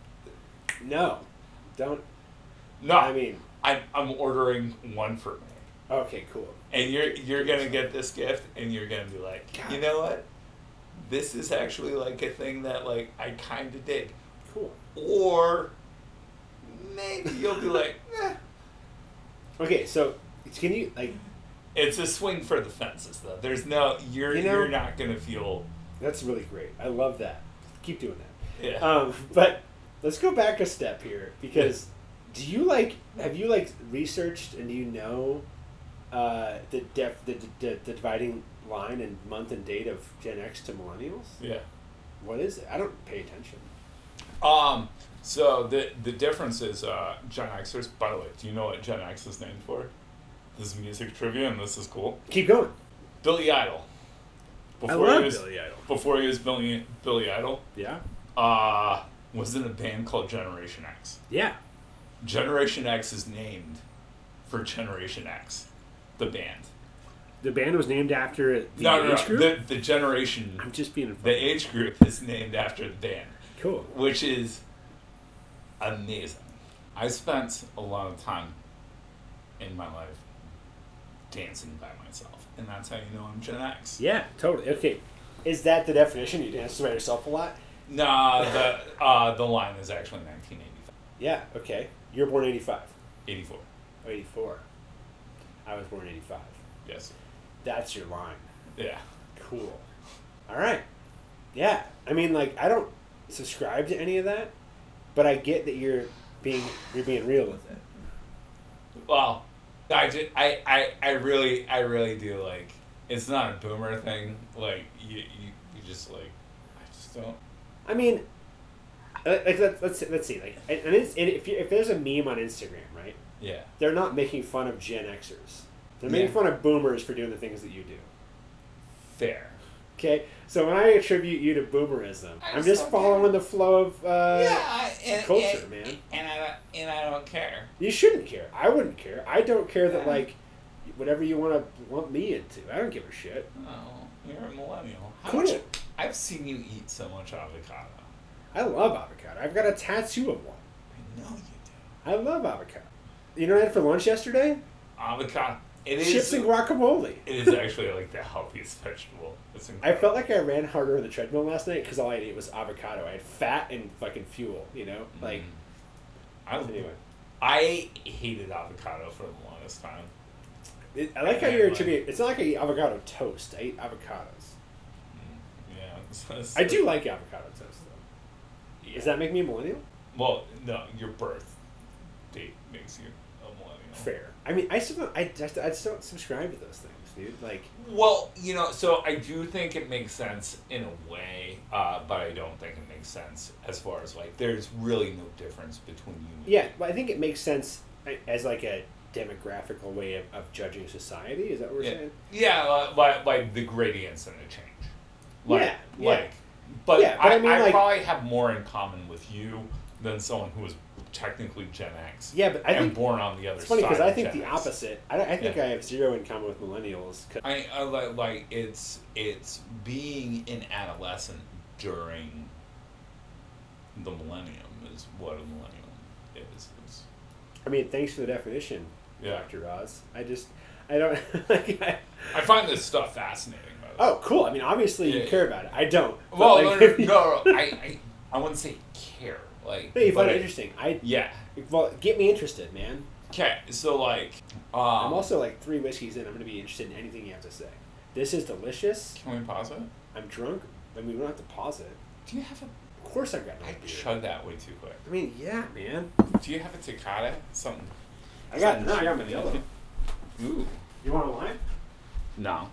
S1: No, don't.
S2: No,
S1: I mean,
S2: I'm, I'm ordering one for me.
S1: okay, cool.
S2: and you're you're gonna get this gift and you're gonna be like you know what this is actually like a thing that like i kind of did
S1: Cool.
S2: or maybe you'll be like eh.
S1: Okay, so can you, like,
S2: it's a swing for the fences though there's no you're
S1: You
S2: you
S1: know-
S2: are not gonna feel
S1: that's really great. I love that. Keep doing
S2: yeah
S1: that. Um, but let's go back a step here because do you, like, have you, like, researched and do you know uh, the, def- the, the, the dividing line and month and date of Gen X to millennials?
S2: yeah
S1: What is it? I don't pay attention.
S2: um so the the difference is uh gen xers by the way do you know what gen x is named for this is music trivia and this is cool
S1: Keep going.
S2: billy idol he was,
S1: Idol.
S2: before he was billy billy idol
S1: Yeah?
S2: uh, was in a band called Generation X.
S1: Yeah.
S2: Generation X is named for Generation X, the band.
S1: The band was named after the
S2: no, no, no. The, the generation,
S1: I'm just being a
S2: the age group is named after the band,
S1: Cool.
S2: which is amazing. I spent a lot of time in my life dancing by myself, and that's how you know I'm Gen X.
S1: Yeah, totally. Okay. Is that the definition? You dance by yourself a lot?
S2: Nah, the uh, the line is actually 1985,
S1: Yeah, okay. You're born 85
S2: 84.
S1: or 84. I was born 85.
S2: Yes.
S1: That's your line.
S2: Yeah.
S1: Cool. All right. Yeah. I mean, like, I don't subscribe to any of that, but I get that you're being you're being real with it.
S2: Well, I, ju- I, I, I really I really do like it's not a boomer thing. Like you, you, you just like I just don't.
S1: I mean, uh, like let, let's let's see like and, it's, and if you, if there's a meme on Instagram, right?
S2: Yeah.
S1: They're not making fun of Gen Xers. They're making
S2: Yeah.
S1: fun of boomers for doing the things that you do.
S2: Fair.
S1: Okay, so when I attribute you to boomerism,
S2: I
S1: I'm
S2: just
S1: just
S2: don't
S1: following
S2: care.
S1: the flow of. Uh,
S2: yeah. I, and,
S1: culture,
S2: and-
S1: man.
S2: And I don't, and I don't care.
S1: You shouldn't care. I wouldn't care. I don't care that
S2: Yeah.
S1: like whatever you want to want me into. I don't give a shit.
S2: Oh, you're a millennial. How
S1: Cool.
S2: much, I've seen you eat so much avocado.
S1: I love avocado. I've got a tattoo of one.
S2: I know you do.
S1: I love avocado. You know what I had for lunch yesterday?
S2: Avocado. It is.
S1: Chips and guacamole.
S2: it is actually like the healthiest vegetable. It's
S1: I
S2: incredible.
S1: felt like I ran harder on the treadmill last night because all I ate was avocado. I had fat and fucking fuel. You know, like
S2: Mm. I
S1: anyway.
S2: I hated avocado for the longest time.
S1: It, I like how
S2: Yeah,
S1: you're
S2: like-
S1: attributing. It's not like I eat avocado toast. I eat avocados.
S2: Yeah. So it's-
S1: I do like avocado toast though.
S2: Yeah.
S1: Does that make me a millennial?
S2: Well, no, your birth date makes you a millennial.
S1: Fair. I mean, I still don't. I just, I just don't subscribe to those things, dude. Like.
S2: Well, you know, so I do think it makes sense in a way, uh, but I don't think it makes sense as far as like there's really no difference between you. And
S1: Yeah, well, I think it makes sense as like a demographical way of, of judging society. Is that what we're
S2: Yeah,
S1: saying?
S2: yeah li- like, like the gradients and the change. Like,
S1: Yeah, yeah.
S2: Like, but,
S1: Yeah, but
S2: I,
S1: I mean,
S2: I
S1: like-
S2: probably have more in common with you than someone who was technically Gen X.
S1: Yeah, but I
S2: and
S1: think
S2: born on the other
S1: it's funny
S2: side.
S1: because I
S2: of
S1: think
S2: Gen
S1: the
S2: X.
S1: opposite. I, don't- I think
S2: Yeah.
S1: I have zero in common with millennials. 'cause-
S2: I, I like, like it's it's being an adolescent during the millennium is what a millennium is. It's-
S1: I mean, thanks for the definition,
S2: Yeah.
S1: Doctor Oz. I just, I don't. Like, I,
S2: I find this stuff fascinating. By the way.
S1: oh, cool. I mean, obviously
S2: Yeah,
S1: you
S2: yeah.
S1: care about it. I don't. But,
S2: well,
S1: like,
S2: no, no, no, no, I, I I wouldn't say care like.
S1: no, you
S2: but
S1: find it
S2: I-
S1: interesting. I
S2: Yeah.
S1: well, get me interested, man.
S2: Okay. So like, um,
S1: I'm also like three whiskeys in. I'm gonna be interested in anything you have to say. This is delicious.
S2: Can we pause it?
S1: I'm drunk. I mean, we don't have to pause it.
S2: Do you have a?
S1: Of course, I've got no
S2: I
S1: beer.
S2: chug that way too quick.
S1: I mean, yeah, man.
S2: Do you have a Takata? Something.
S1: I got no, I got Manila.
S2: Ooh.
S1: You want a line?
S2: No.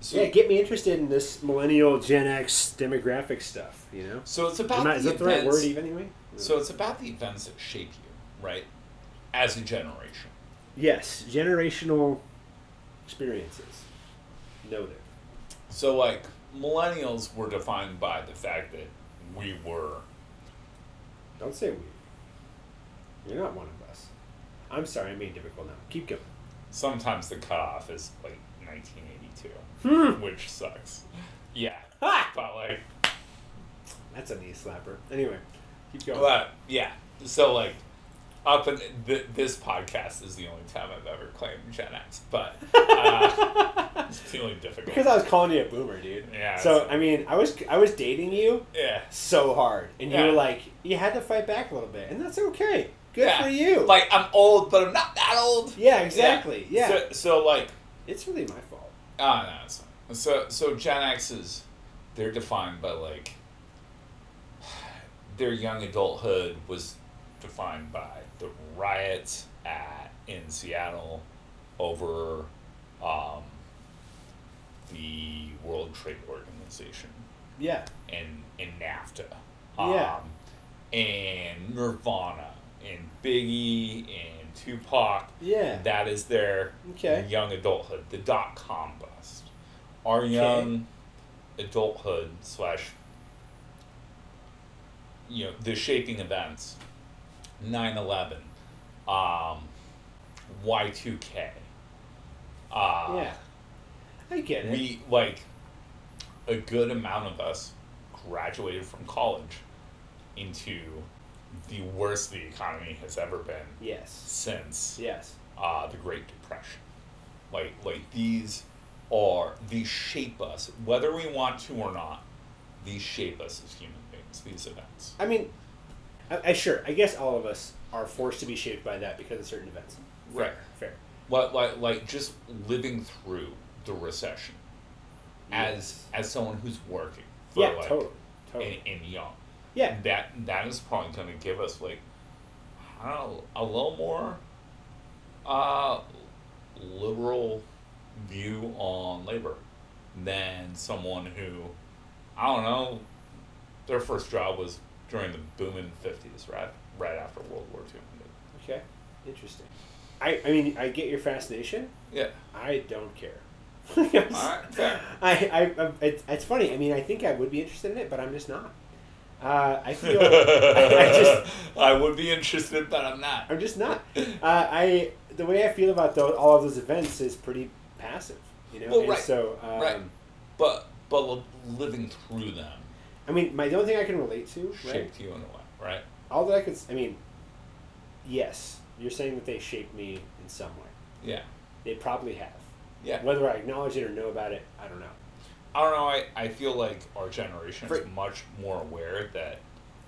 S2: So,
S1: Yeah, get me interested in this millennial Gen X demographic stuff. You know,
S2: So it's about
S1: Am I- is
S2: the
S1: that the right
S2: events-
S1: word even anyway?
S2: So it's about the events that shape you, right? As a generation.
S1: yes, generational experiences. Know that.
S2: So like millennials were defined by the fact that we were
S1: Don't say we. You're not one of us. I'm sorry, I'm being difficult now. Keep going.
S2: sometimes the cutoff is like 1982,
S1: Hmm.
S2: which sucks. Yeah,
S1: Ha!
S2: but like,
S1: That's a knee slapper. Anyway, keep going.
S2: but yeah. So like, up in th- this podcast is the only time I've ever claimed Gen X, but uh, it's feeling difficult.
S1: because I was calling you a boomer, dude.
S2: Yeah,
S1: So
S2: that's-
S1: I mean, I was I was dating you.
S2: yeah.
S1: so hard, and you
S2: Yeah.
S1: were like, you had to fight back a little bit, and that's okay. Good
S2: Yeah.
S1: for you.
S2: Like I'm old, but I'm not that old.
S1: yeah, exactly. Yeah,
S2: So, so like,
S1: it's really my fault.
S2: ah, no, it's fine. so so Gen X is, they're defined by like, their young adulthood was defined by the riots at in Seattle over, um, the World Trade Organization
S1: Yeah,
S2: and and NAFTA. Um,
S1: Yeah.
S2: And Nirvana and Biggie and Tupac.
S1: yeah,
S2: That is their
S1: Okay.
S2: young adulthood, the dot com bust. Our young adulthood slash, you know, the shaping events 9 11, um, Y2K. Uh,
S1: yeah. I get it.
S2: we like a good amount of us graduated from college into the worst the economy has ever been
S1: yes,
S2: since
S1: yes,
S2: uh, the Great Depression. Like like these are these shape us whether we want to or not. These shape us as human beings. These events.
S1: I mean, I, I sure. I guess all of us are forced to be shaped by that because of certain events.
S2: Right.
S1: Fair.
S2: Like like like just living through the recession as
S1: Yes.
S2: as someone who's working.
S1: Yeah,
S2: like,
S1: totally, totally.
S2: and, and young.
S1: Yeah.
S2: that that is probably going to give us like I don't know a little more uh, liberal view on labor than someone who I don't know their first job was during the booming fifties right right after World War Two ended.
S1: Okay. Interesting. I, I mean, I get your fascination.
S2: Yeah.
S1: I don't care.
S2: Alright, fair.
S1: I, I, I, it's, it's funny. I mean, I think I would be interested in it, but I'm just not. Uh, I feel. I, I just.
S2: I would be interested, but I'm not.
S1: I'm just not. Uh, I the way I feel about tho- all of those events is pretty passive, you know.
S2: Well,
S1: and
S2: right.
S1: So um,
S2: right, but but li- living through them
S1: I mean, my the only thing I can relate to, right?
S2: shaped you in a way, right?
S1: All that I could, s- I mean, yes, you're saying that they shaped me in some way.
S2: Yeah,
S1: They probably have.
S2: yeah.
S1: Whether I acknowledge it or know about it, I don't know.
S2: I don't know. I, I feel like our generation is
S1: For-
S2: much more aware that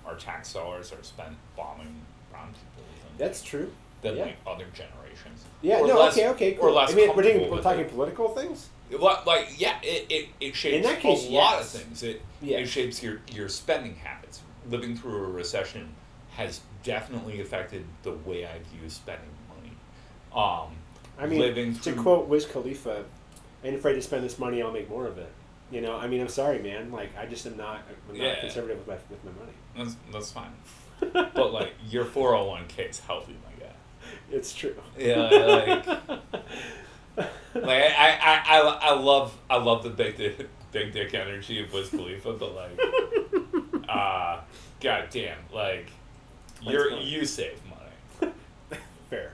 S2: our tax dollars are spent bombing brown people than,
S1: That's true.
S2: than
S1: yeah.
S2: like other generations.
S1: Yeah.
S2: Or
S1: no.
S2: less-
S1: okay. Okay. Cool.
S2: Or less
S1: I mean, we're, doing,
S2: comfortable
S1: we're
S2: with
S1: talking
S2: it.
S1: political things.
S2: Like, like yeah, it, it, it shapes
S1: that case,
S2: a lot
S1: yes.
S2: of things. It
S1: Yeah.
S2: it shapes your, your spending habits. Living through a recession has definitely affected the way I view spending money. Um,
S1: I mean,
S2: living
S1: to
S2: through
S1: quote Wiz Khalifa, "Ain't afraid to spend this money. I'll make more of it." You know. I mean, I'm sorry, man. Like, I just am not. I'm not
S2: Yeah.
S1: conservative with my with my money.
S2: that's, that's fine, but like your four hundred one k is healthy, my guy.
S1: It's true.
S2: Yeah, like like I, I, I, I love I love the big dick, big dick energy of Wiz Khalifa, but like, uh, goddamn, like you're
S1: funny.
S2: you save money,
S1: Fair.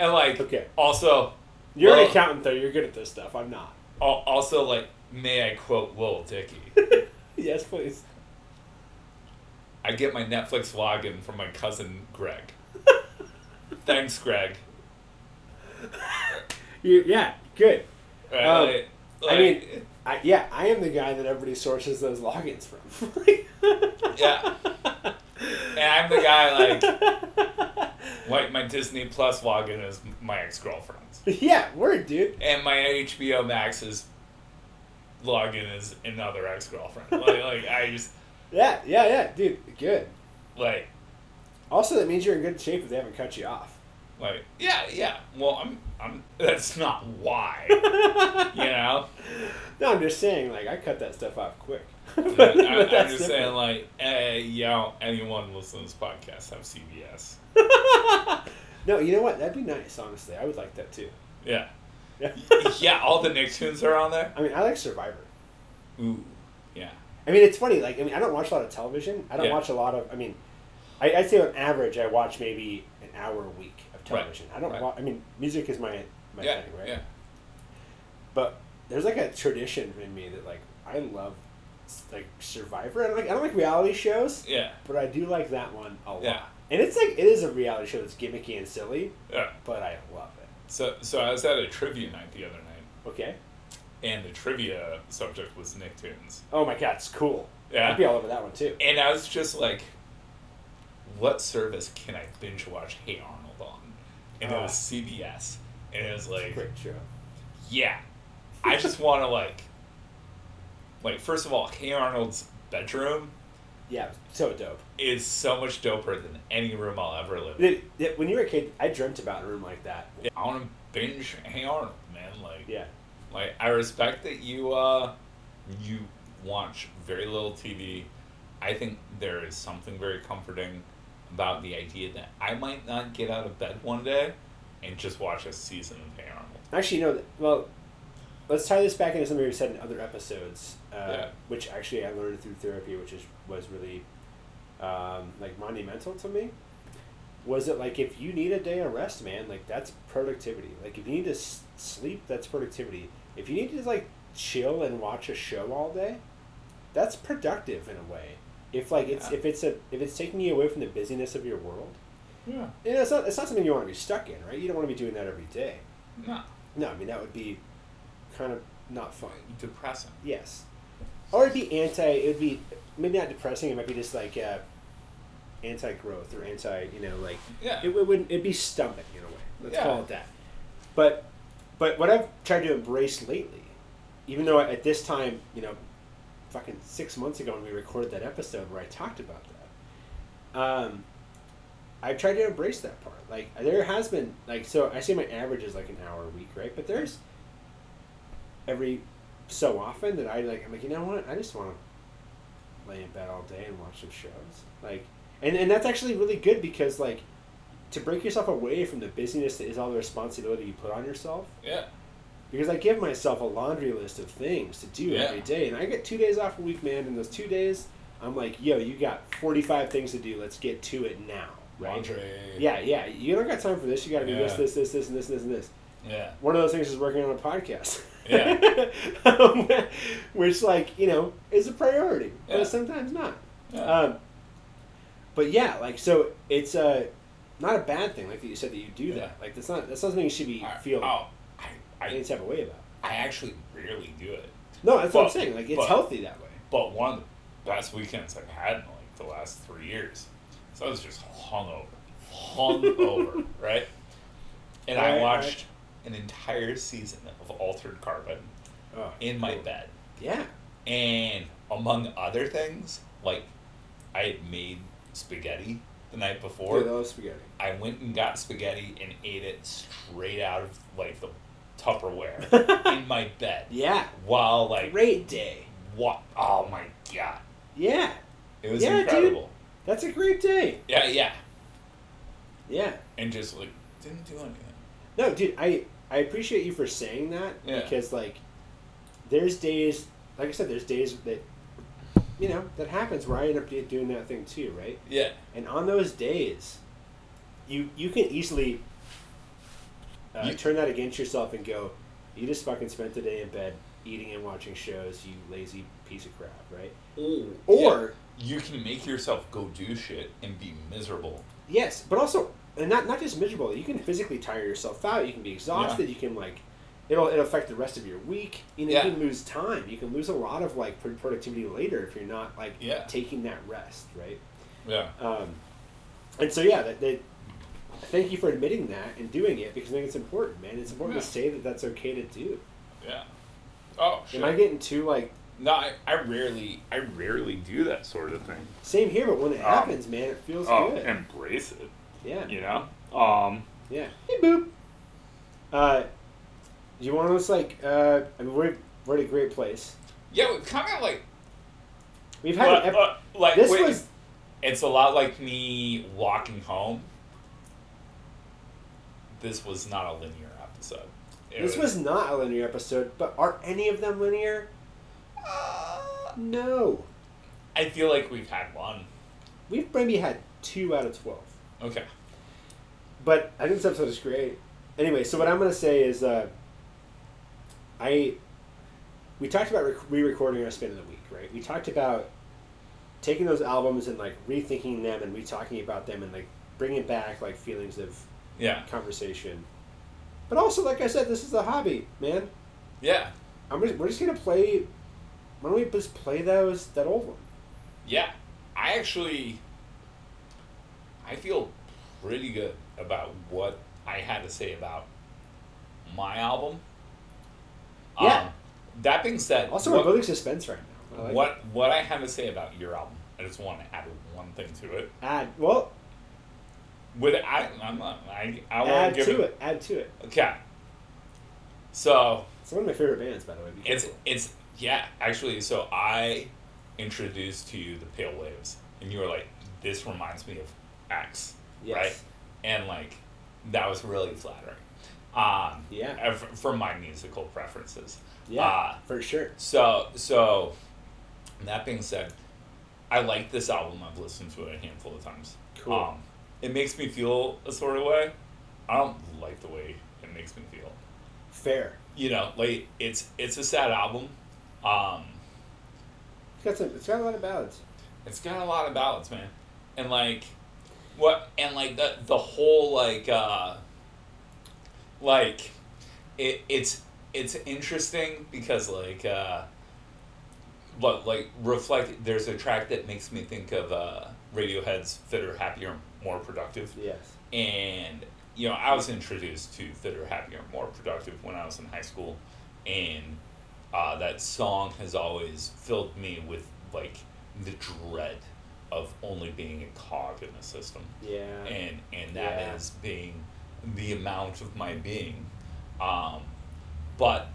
S2: and like
S1: Okay.
S2: also
S1: You're
S2: Well-
S1: an accountant, though. You're good at this stuff. I'm not.
S2: al- also like may I quote Lil Dicky?
S1: Yes, please.
S2: I get my Netflix login from my cousin Greg. Thanks, Greg.
S1: You, yeah. Good.
S2: Right,
S1: Um,
S2: like-
S1: I
S2: like,
S1: mean, I, yeah, I am the guy that everybody sources those logins from.
S2: yeah, and I'm the guy like. Like my Disney Plus login is my ex girlfriend's,
S1: yeah, word, dude.
S2: and my HBO Max's login is another ex girlfriend. Like, like I just
S1: Yeah, yeah, yeah, dude. Good.
S2: like
S1: Also, that means you're in good shape if they haven't cut you off.
S2: like yeah yeah. Well, I'm I'm that's not why you know.
S1: No, I'm just saying, like, I cut that stuff off quick. but,
S2: But I,
S1: but
S2: I'm
S1: that's
S2: just
S1: different.
S2: saying like eh, you know anyone listening to this podcast have CVS.
S1: no, you know what? That'd be nice, honestly. I would like that too.
S2: Yeah
S1: Yeah.
S2: yeah. All the Nicktoons are on there.
S1: I mean, I like Survivor.
S2: Ooh yeah.
S1: I mean, it's funny. Like, I mean, I don't watch a lot of television. I don't
S2: Yeah.
S1: watch a lot of. I mean, I, I'd say on average, I watch maybe an hour a week of
S2: Right.
S1: television. I don't.
S2: Right.
S1: Wa- I mean, music is my my
S2: Yeah,
S1: thing, right?
S2: yeah,
S1: But there's like a tradition in me that like I love like Survivor. I don't like I don't like reality shows,
S2: yeah,
S1: but I do like that one a lot.
S2: Yeah.
S1: And it's like it is a reality show that's gimmicky and silly,
S2: yeah.
S1: but I love it.
S2: So, so I was at a trivia night the other night,
S1: Okay.
S2: and the trivia subject was Nicktoons.
S1: Oh my god, it's cool.
S2: Yeah.
S1: I'd be all over that one too.
S2: And I was just like, what service can I binge watch Hey Arnold on? And it was
S1: Ah.
S2: CBS. And it was like,
S1: Great show.
S2: yeah, I just want to like, like first of all, Hey Arnold's bedroom
S1: Yeah, so dope.
S2: is so much doper than any room I'll ever live in.
S1: Th- th- When you were a kid, I dreamt about a room like that.
S2: I want to binge Hey Arnold, man. Like,
S1: Yeah.
S2: like I respect that you uh you watch very little TV. I think there is something very comforting about the idea that I might not get out of bed one day and just watch a season of Hey Arnold.
S1: Actually, no. th- Well, let's tie this back into something we said in other episodes, uh,
S2: Yeah.
S1: which actually I learned through therapy, which is was really um, like monumental to me. Was it like if you need a day of rest, man? Like that's productivity. Like if you need to s- sleep, that's productivity. If you need to like chill and watch a show all day, that's productive in a way. If like it's
S2: Yeah.
S1: if it's a if it's taking you away from the busyness of your world,
S2: Yeah.
S1: you know, it's not it's not something you want to be stuck in, right? You don't want to be doing that every day.
S2: No.
S1: No, I mean that would be kind of not fun.
S2: Depressing.
S1: Yes, or it'd be anti. It would be maybe not depressing. It might be just like uh, anti-growth or anti. You know, like
S2: Yeah.
S1: it, it wouldn't. It'd be stubborn in a way. Let's
S2: Yeah.
S1: call it that. But but what I've tried to embrace lately, even though at this time, you know, fucking six months ago when we recorded that episode where I talked about that, um, I've tried to embrace that part. Like there has been like so I say my average is like an hour a week, right? But there's every so often that I like I'm like, you know what? I just wanna lay in bed all day and watch some shows. Like and, and that's actually really good because like to break yourself away from the busyness that is all the responsibility you put on yourself.
S2: Yeah.
S1: Because I give myself a laundry list of things to do
S2: Yeah.
S1: every day and I get two days off a week, man, and those two days I'm like, yo, you got forty five things to do, let's get to it now. Right?
S2: Laundry.
S1: Yeah, yeah. You don't got time for this. You got to do this,
S2: Yeah.
S1: this, this, this, and this, and this, and this.
S2: Yeah.
S1: One of those things is working on a podcast.
S2: Yeah.
S1: Um, which, like, you know, is a priority,
S2: Yeah.
S1: but sometimes not.
S2: Yeah.
S1: Um, but yeah, like, so it's uh, not a bad thing, like that you said that you do
S2: Yeah.
S1: that. Like, that's not that's not something you should be
S2: I,
S1: feeling
S2: oh, I,
S1: any
S2: I,
S1: type of way about.
S2: I actually rarely do it.
S1: No, that's what I'm
S2: But-
S1: saying. Like, it's
S2: but-
S1: healthy that way.
S2: But one of the best weekends I've had in like the last three years. So I was just hungover, hungover, right? And I
S1: Right,
S2: watched an entire season of Altered Carbon
S1: Oh,
S2: in my
S1: cool.
S2: bed,
S1: Yeah.
S2: and among other things, like I had made spaghetti the night before.
S1: Dude, I love spaghetti.
S2: I went and got spaghetti and ate it straight out of like the Tupperware in my bed
S1: Yeah.
S2: while like
S1: Great day.
S2: what? Oh my god,
S1: Yeah.
S2: it was
S1: Yeah, dude.
S2: incredible.
S1: That's a great day.
S2: Yeah, yeah,
S1: Yeah.
S2: and just like didn't do anything.
S1: No, dude, I I appreciate you for saying that
S2: Yeah.
S1: because like there's days, like I said, there's days that you know that happens where I end up do- doing that thing too, right?
S2: Yeah,
S1: And on those days, you you can easily uh,
S2: You-
S1: turn that against yourself and go, you just fucking spent the day in bed eating and watching shows, you lazy piece of crap, right?
S2: Mm,
S1: Or
S2: you can make yourself go do shit and be miserable.
S1: Yes, but also, and not not just miserable. You can physically tire yourself out. You can be exhausted. You can like, it'll it'll affect the rest of your week. You know,
S2: Yeah.
S1: you can lose time. You can lose a lot of like pro- productivity later if you're not like
S2: Yeah.
S1: taking that rest, right?
S2: Yeah,
S1: Um, and so yeah, that, that thank you for admitting that and doing it because I think it's important, man. It's important
S2: Yeah.
S1: to say that that's okay to do.
S2: yeah. Oh shit!
S1: Am I getting too like
S2: no, I, I rarely, I rarely do that sort of thing.
S1: same here? But when it
S2: Oh.
S1: happens, man, it feels
S2: Oh,
S1: good.
S2: embrace it.
S1: yeah.
S2: You know. Um.
S1: Yeah. Hey, boop. Uh, do you want to just like? Uh, I mean, we're we're at a great place.
S2: Yeah, we've kind of like
S1: We've had
S2: But,
S1: an ep-
S2: uh, like
S1: this
S2: wait,
S1: was
S2: it's a lot like me walking home. This was not a linear episode. It
S1: this was not a linear episode, but are any of them linear?
S2: uh,
S1: No,
S2: I feel like we've had one.
S1: we've maybe had two out of twelve.
S2: Okay.
S1: But I think this episode is great. Anyway, so what I'm gonna say is, uh, I we talked about rec- re-recording our spin of the week, right? We talked about taking those albums and like rethinking them and re-talking about them and like bringing back like feelings of
S2: Yeah.
S1: conversation. But also, like I said, this is a hobby, man.
S2: Yeah.
S1: I'm just, we're just gonna play. Why don't we just play those that old one?
S2: Yeah. I actually I feel pretty good about what I had to say about my album.
S1: Yeah.
S2: Um, that being said,
S1: Also,
S2: what-
S1: we're building suspense right now. I like
S2: what what I have to say about your album, I just want to add one thing to it.
S1: it. Add well,
S2: With I, I'm not, I, I won't
S1: add
S2: give
S1: to it. Add to it.
S2: Okay. So
S1: It's one of my favorite bands, by the way. be
S2: it's
S1: careful.
S2: it's yeah actually so I introduced to you the Pale Waves and you were like this reminds me of X
S1: Yes.
S2: right and like that was really flattering um
S1: Yeah.
S2: uh, f- from my musical preferences
S1: yeah,
S2: uh,
S1: for sure.
S2: So so that being said, I like this album. I've listened to it a handful of times. Um,
S1: Cool.
S2: it makes me feel a sort of way. I don't like the way it makes me feel.
S1: Fair.
S2: You know, like it's it's a sad album. Um,
S1: It's got some. It's got a lot of ballads.
S2: it's got a lot of ballads, man. And like what and like the the whole like uh like it it's it's interesting because like uh but like reflect there's a track that makes me think of uh Radiohead's Fitter Happier More Productive
S1: Yes.
S2: and you know I was introduced to fitter, happier, more productive when I was in high school, and uh, that song has always filled me with like the dread of only being a cog in the system
S1: Yeah.
S2: and and that is
S1: Yeah.
S2: being the amount of my being um but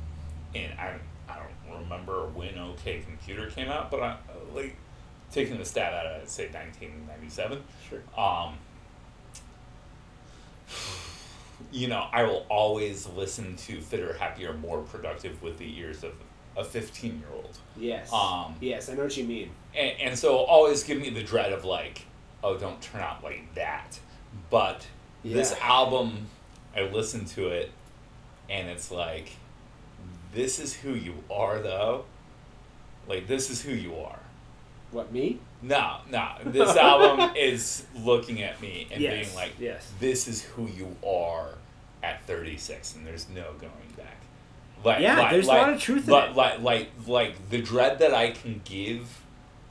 S2: and i i don't remember when okay computer came out but i like taking a stab at it i'd say 1997
S1: sure.
S2: um you know i will always listen to fitter happier more productive with the ears of a 15 year old
S1: Yes.
S2: Um,
S1: yes, I know what you mean.
S2: and, and so always give me the dread of like oh don't turn out like that but this
S1: Yeah.
S2: album i listen to it and it's like this is who you are though like this is who you are
S1: What me?
S2: no no this album is looking at me and
S1: Yes,
S2: being like
S1: yes.
S2: this is who you are at 36 and there's no going back like
S1: Yeah,
S2: like,
S1: there's a
S2: like,
S1: lot of truth in
S2: like,
S1: it.
S2: like like like the dread that i can give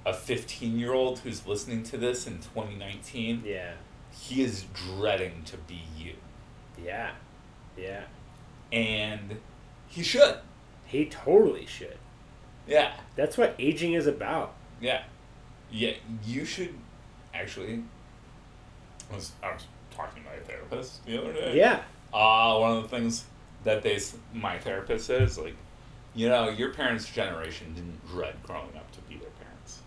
S2: a 15 year old who's listening to this in 2019
S1: Yeah.
S2: he is dreading to be you
S1: Yeah. Yeah.
S2: and he should
S1: He totally should.
S2: yeah
S1: That's what aging is about.
S2: Yeah. Yeah, you should actually. I was, I was talking to my therapist the other day.
S1: Yeah.
S2: Uh, one of the things that they, s- my therapist says, like, you know, your parents' generation didn't dread growing up to be their parents.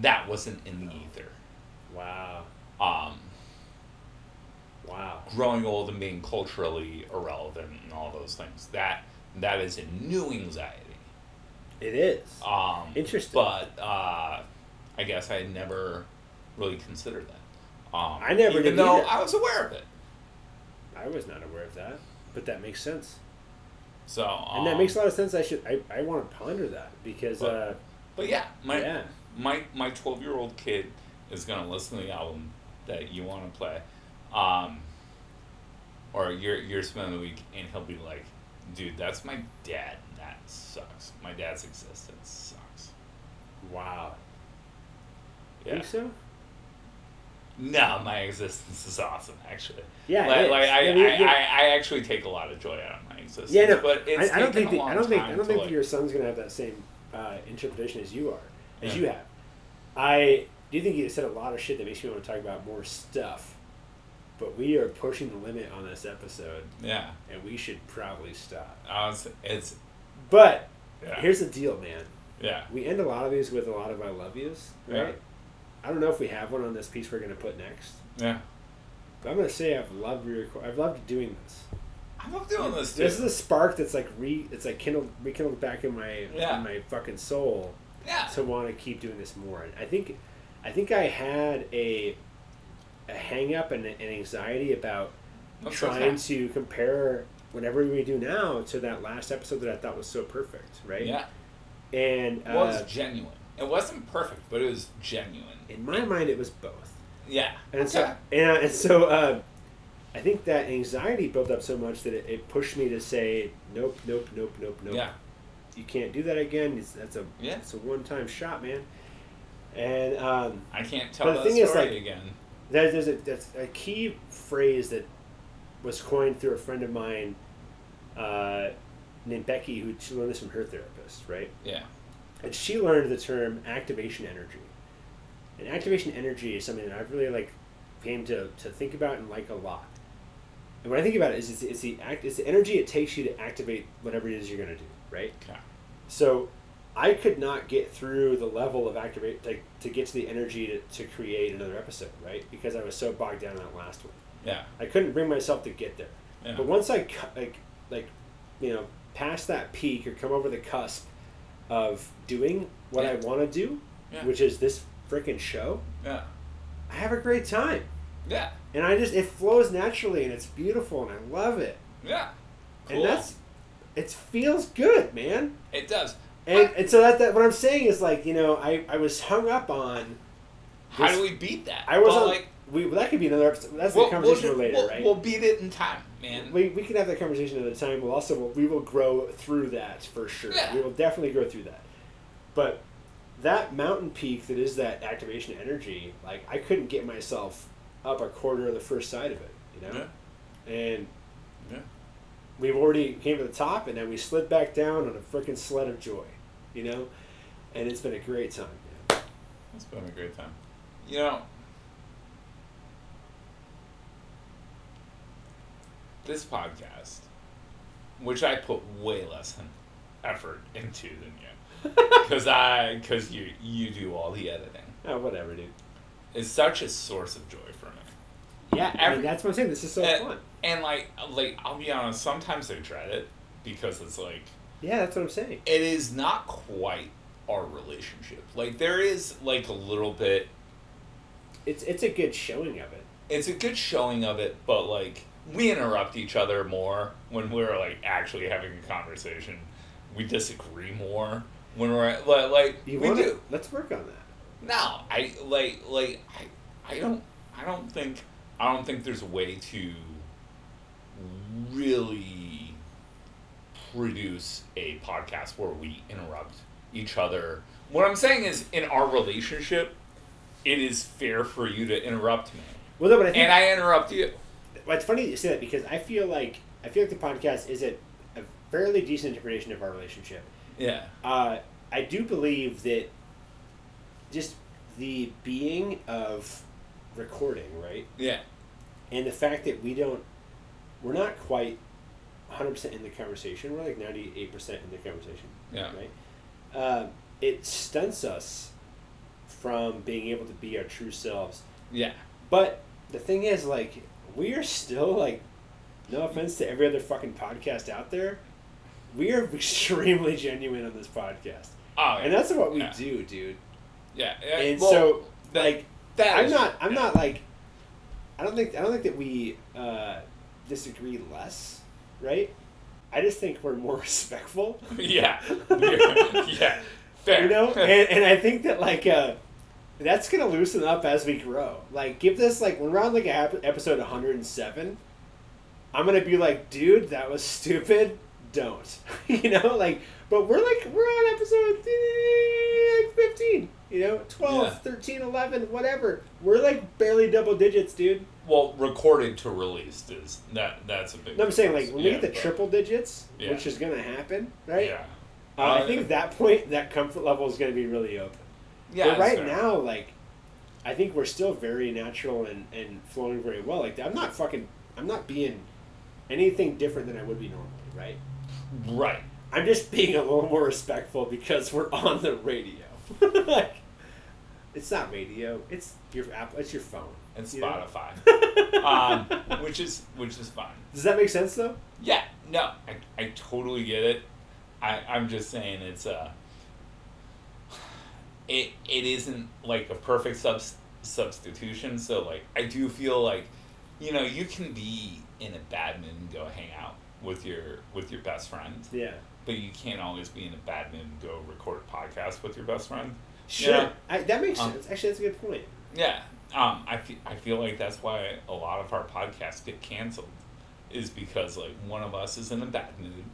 S2: That wasn't in the ether.
S1: Wow.
S2: Um,
S1: Wow.
S2: growing old and being culturally irrelevant and all those things. That that is a new anxiety.
S1: It is.
S2: Um,
S1: Interesting.
S2: But uh, I guess I never really considered that. Um,
S1: I never
S2: even
S1: did
S2: though
S1: either.
S2: I was aware of it.
S1: I was not aware of that, but that makes sense.
S2: So um,
S1: and that makes a lot of sense. I should. I, I want to ponder that because.
S2: But-
S1: uh,
S2: But yeah, my
S1: Yeah.
S2: my my twelve year old kid is gonna listen to the album that you want to play, um, or your your spin of the week, and he'll be like, "Dude, that's my dad. and That sucks. My dad's existence sucks."
S1: wow.
S2: Yeah.
S1: Think so?
S2: No, my existence is awesome, actually.
S1: Yeah, it
S2: like,
S1: is.
S2: like I,
S1: I mean,
S2: I,
S1: yeah.
S2: I, I actually take a lot of joy out of my existence.
S1: Yeah, no,
S2: but it's
S1: I, I don't
S2: taken
S1: think
S2: a
S1: the,
S2: long
S1: I don't think I
S2: time
S1: don't
S2: to,
S1: think
S2: like-
S1: your son's gonna have that same uh, interpretation as you are, as
S2: Yeah.
S1: you have. I do think you said a lot of shit that makes me want to talk about more stuff, but we are pushing the limit on this episode,
S2: Yeah,
S1: and we should probably stop.
S2: I was, it's
S1: But
S2: yeah,
S1: here's the deal, man.
S2: yeah,
S1: We end a lot of these with a lot of I love yous, right?
S2: Yeah.
S1: I don't know if we have one on this piece we're gonna put next,
S2: yeah.
S1: but I'm gonna say I've loved re- I've loved doing this.
S2: I love doing this too.
S1: This is a spark that's like re it's like kindled rekindled back in my
S2: Yeah.
S1: in my fucking soul.
S2: yeah,
S1: to want to keep doing this more. And I think, I think I had a, a hang up and an anxiety about
S2: That's
S1: trying
S2: okay.
S1: to compare whatever we do now to that last episode that I thought was so perfect, right?
S2: yeah.
S1: And
S2: It was
S1: uh,
S2: genuine. It wasn't perfect, but it was genuine.
S1: in my mind, it was both.
S2: yeah,
S1: And
S2: okay.
S1: so, and, and so, uh, I think that anxiety built up so much that it, it pushed me to say, nope, nope, nope, nope, nope.
S2: yeah,
S1: You can't do that again. It's, that's a
S2: Yeah.
S1: it's a one time shot, man. And um,
S2: I can't tell
S1: But the
S2: that
S1: thing
S2: story
S1: is, like-
S2: again.
S1: There- There's a, that's a key phrase that was coined through a friend of mine uh, named Becky, who she learned this from her therapist, right?
S2: Yeah,
S1: And she learned the term activation energy. And activation energy is something that I've really like came to, to think about and like a lot. And when I think about it, is it's, it's the act, it's the energy it takes you to activate whatever it is you're gonna do, right?
S2: okay.
S1: So I could not get through the level of activate to, to get to the energy to, to create another episode, right? Because I was so bogged down in that last one.
S2: yeah,
S1: I couldn't bring myself to get there.
S2: yeah,
S1: But once I cu- like like you know past that peak or come over the cusp of doing what I
S2: Yeah.
S1: want to do,
S2: Yeah.
S1: which is this freaking show,
S2: yeah,
S1: I have a great time.
S2: yeah,
S1: And I just it flows naturally and it's beautiful and I love it.
S2: yeah. Cool.
S1: And that's it feels good, man.
S2: it does.
S1: And, and so that, that what I'm saying is like you know I, I was hung up on
S2: How
S1: this-
S2: do we beat that?
S1: I was
S2: Well,
S1: on,
S2: like
S1: we that could be another episode that's a conversation
S2: ju-
S1: for later
S2: we'll-
S1: right
S2: we'll beat it in time, man.
S1: we, we can have that conversation at a time. We'll also we will grow through that for sure.
S2: Yeah.
S1: We will definitely grow through that. But that mountain peak that is that activation energy, like I couldn't get myself up a quarter of the first side of it, you know. And
S2: Yeah.
S1: we've already came to the top, and then we slid back down on a freaking sled of joy, you know. And it's been a great time. man.
S2: It's been a great time. You know, this podcast, which I put way less effort into than you, because I because you you do all the editing,
S1: Oh, whatever, dude.
S2: is such a source of joy for me.
S1: Yeah, I mean,
S2: Every-
S1: that's what I'm saying. This is so
S2: Eh.
S1: fun.
S2: And like like I'll be honest, sometimes I dread it because it's like
S1: Yeah, that's what I'm saying.
S2: it is not quite our relationship. Like there is like a little bit
S1: It's it's a good showing of it.
S2: it's a good showing of it, but like we interrupt each other more when we're like actually having a conversation. We disagree more when we're like, like
S1: You
S2: we
S1: want
S2: do.
S1: Let's work on that.
S2: No, I like like I, I don't I don't think I don't think there's a way to really produce a podcast where we interrupt each other. What I'm saying is in our relationship, it is fair for you to interrupt me.
S1: Well, no, but I think
S2: And I interrupt you.
S1: well, it's funny that you say that because I feel like I feel like the podcast is a, a fairly decent interpretation of our relationship.
S2: Yeah.
S1: Uh, I do believe that just the being of recording, right,
S2: Yeah.
S1: and the fact that we don't, we're not quite 100% in the conversation. We're like 98% in the conversation.
S2: Yeah.
S1: right? Uh, it stunts us from being able to be our true selves.
S2: Yeah.
S1: But the thing is, like, we are still like, no offense to every other fucking podcast out there, we are extremely genuine on this podcast,
S2: Oh,
S1: and that's what we
S2: Yeah.
S1: do, dude.
S2: yeah. yeah.
S1: and
S2: Well,
S1: so,
S2: that-
S1: like,
S2: that
S1: I'm
S2: is-
S1: not, I'm
S2: yeah.
S1: not like, I don't think, I don't think that we uh, disagree less, right? I just think we're more respectful.
S2: Yeah. yeah. Yeah. Fair.
S1: you know and, and i think that like uh that's gonna loosen up as we grow like give this like when we're on like a hap- episode 107 i'm gonna be like dude that was stupid don't you know like but we're like we're on episode eh, like 15 you know 12
S2: Yeah.
S1: 13 11 whatever we're like barely double digits dude
S2: Well, recorded to released is that that's a big.
S1: no i'm saying like
S2: difference.
S1: when we
S2: Yeah,
S1: get the
S2: but-
S1: triple digits
S2: Yeah.
S1: which is gonna happen right
S2: Yeah,
S1: uh, i think that point that comfort level is gonna be really open
S2: yeah.
S1: but
S2: it's
S1: right
S2: fair.
S1: now, like, I think we're still very natural and, and flowing very well. Like, I'm not fucking, I'm not being anything different than I would be normally, right?
S2: right?
S1: I'm just being a little more respectful because we're on the radio. like, it's not radio. It's your app. It's your phone.
S2: And
S1: you know?
S2: Spotify, um, which is which is fine.
S1: Does that make sense though?
S2: Yeah, no, I, I totally get it. I I'm just saying it's uh It it isn't like a perfect subs- substitution. So like I do feel like, you know, you can be in a bad mood and go hang out with your with your best friend.
S1: Yeah.
S2: but you can't always be in a bad mood and go record a podcast with your best friend.
S1: Sure.
S2: Yeah.
S1: I, that makes
S2: Um,
S1: sense. Actually, that's a good point.
S2: Yeah. Um, I, fe- I feel like that's why a lot of our podcasts get canceled, is because, like, one of us is in a bad mood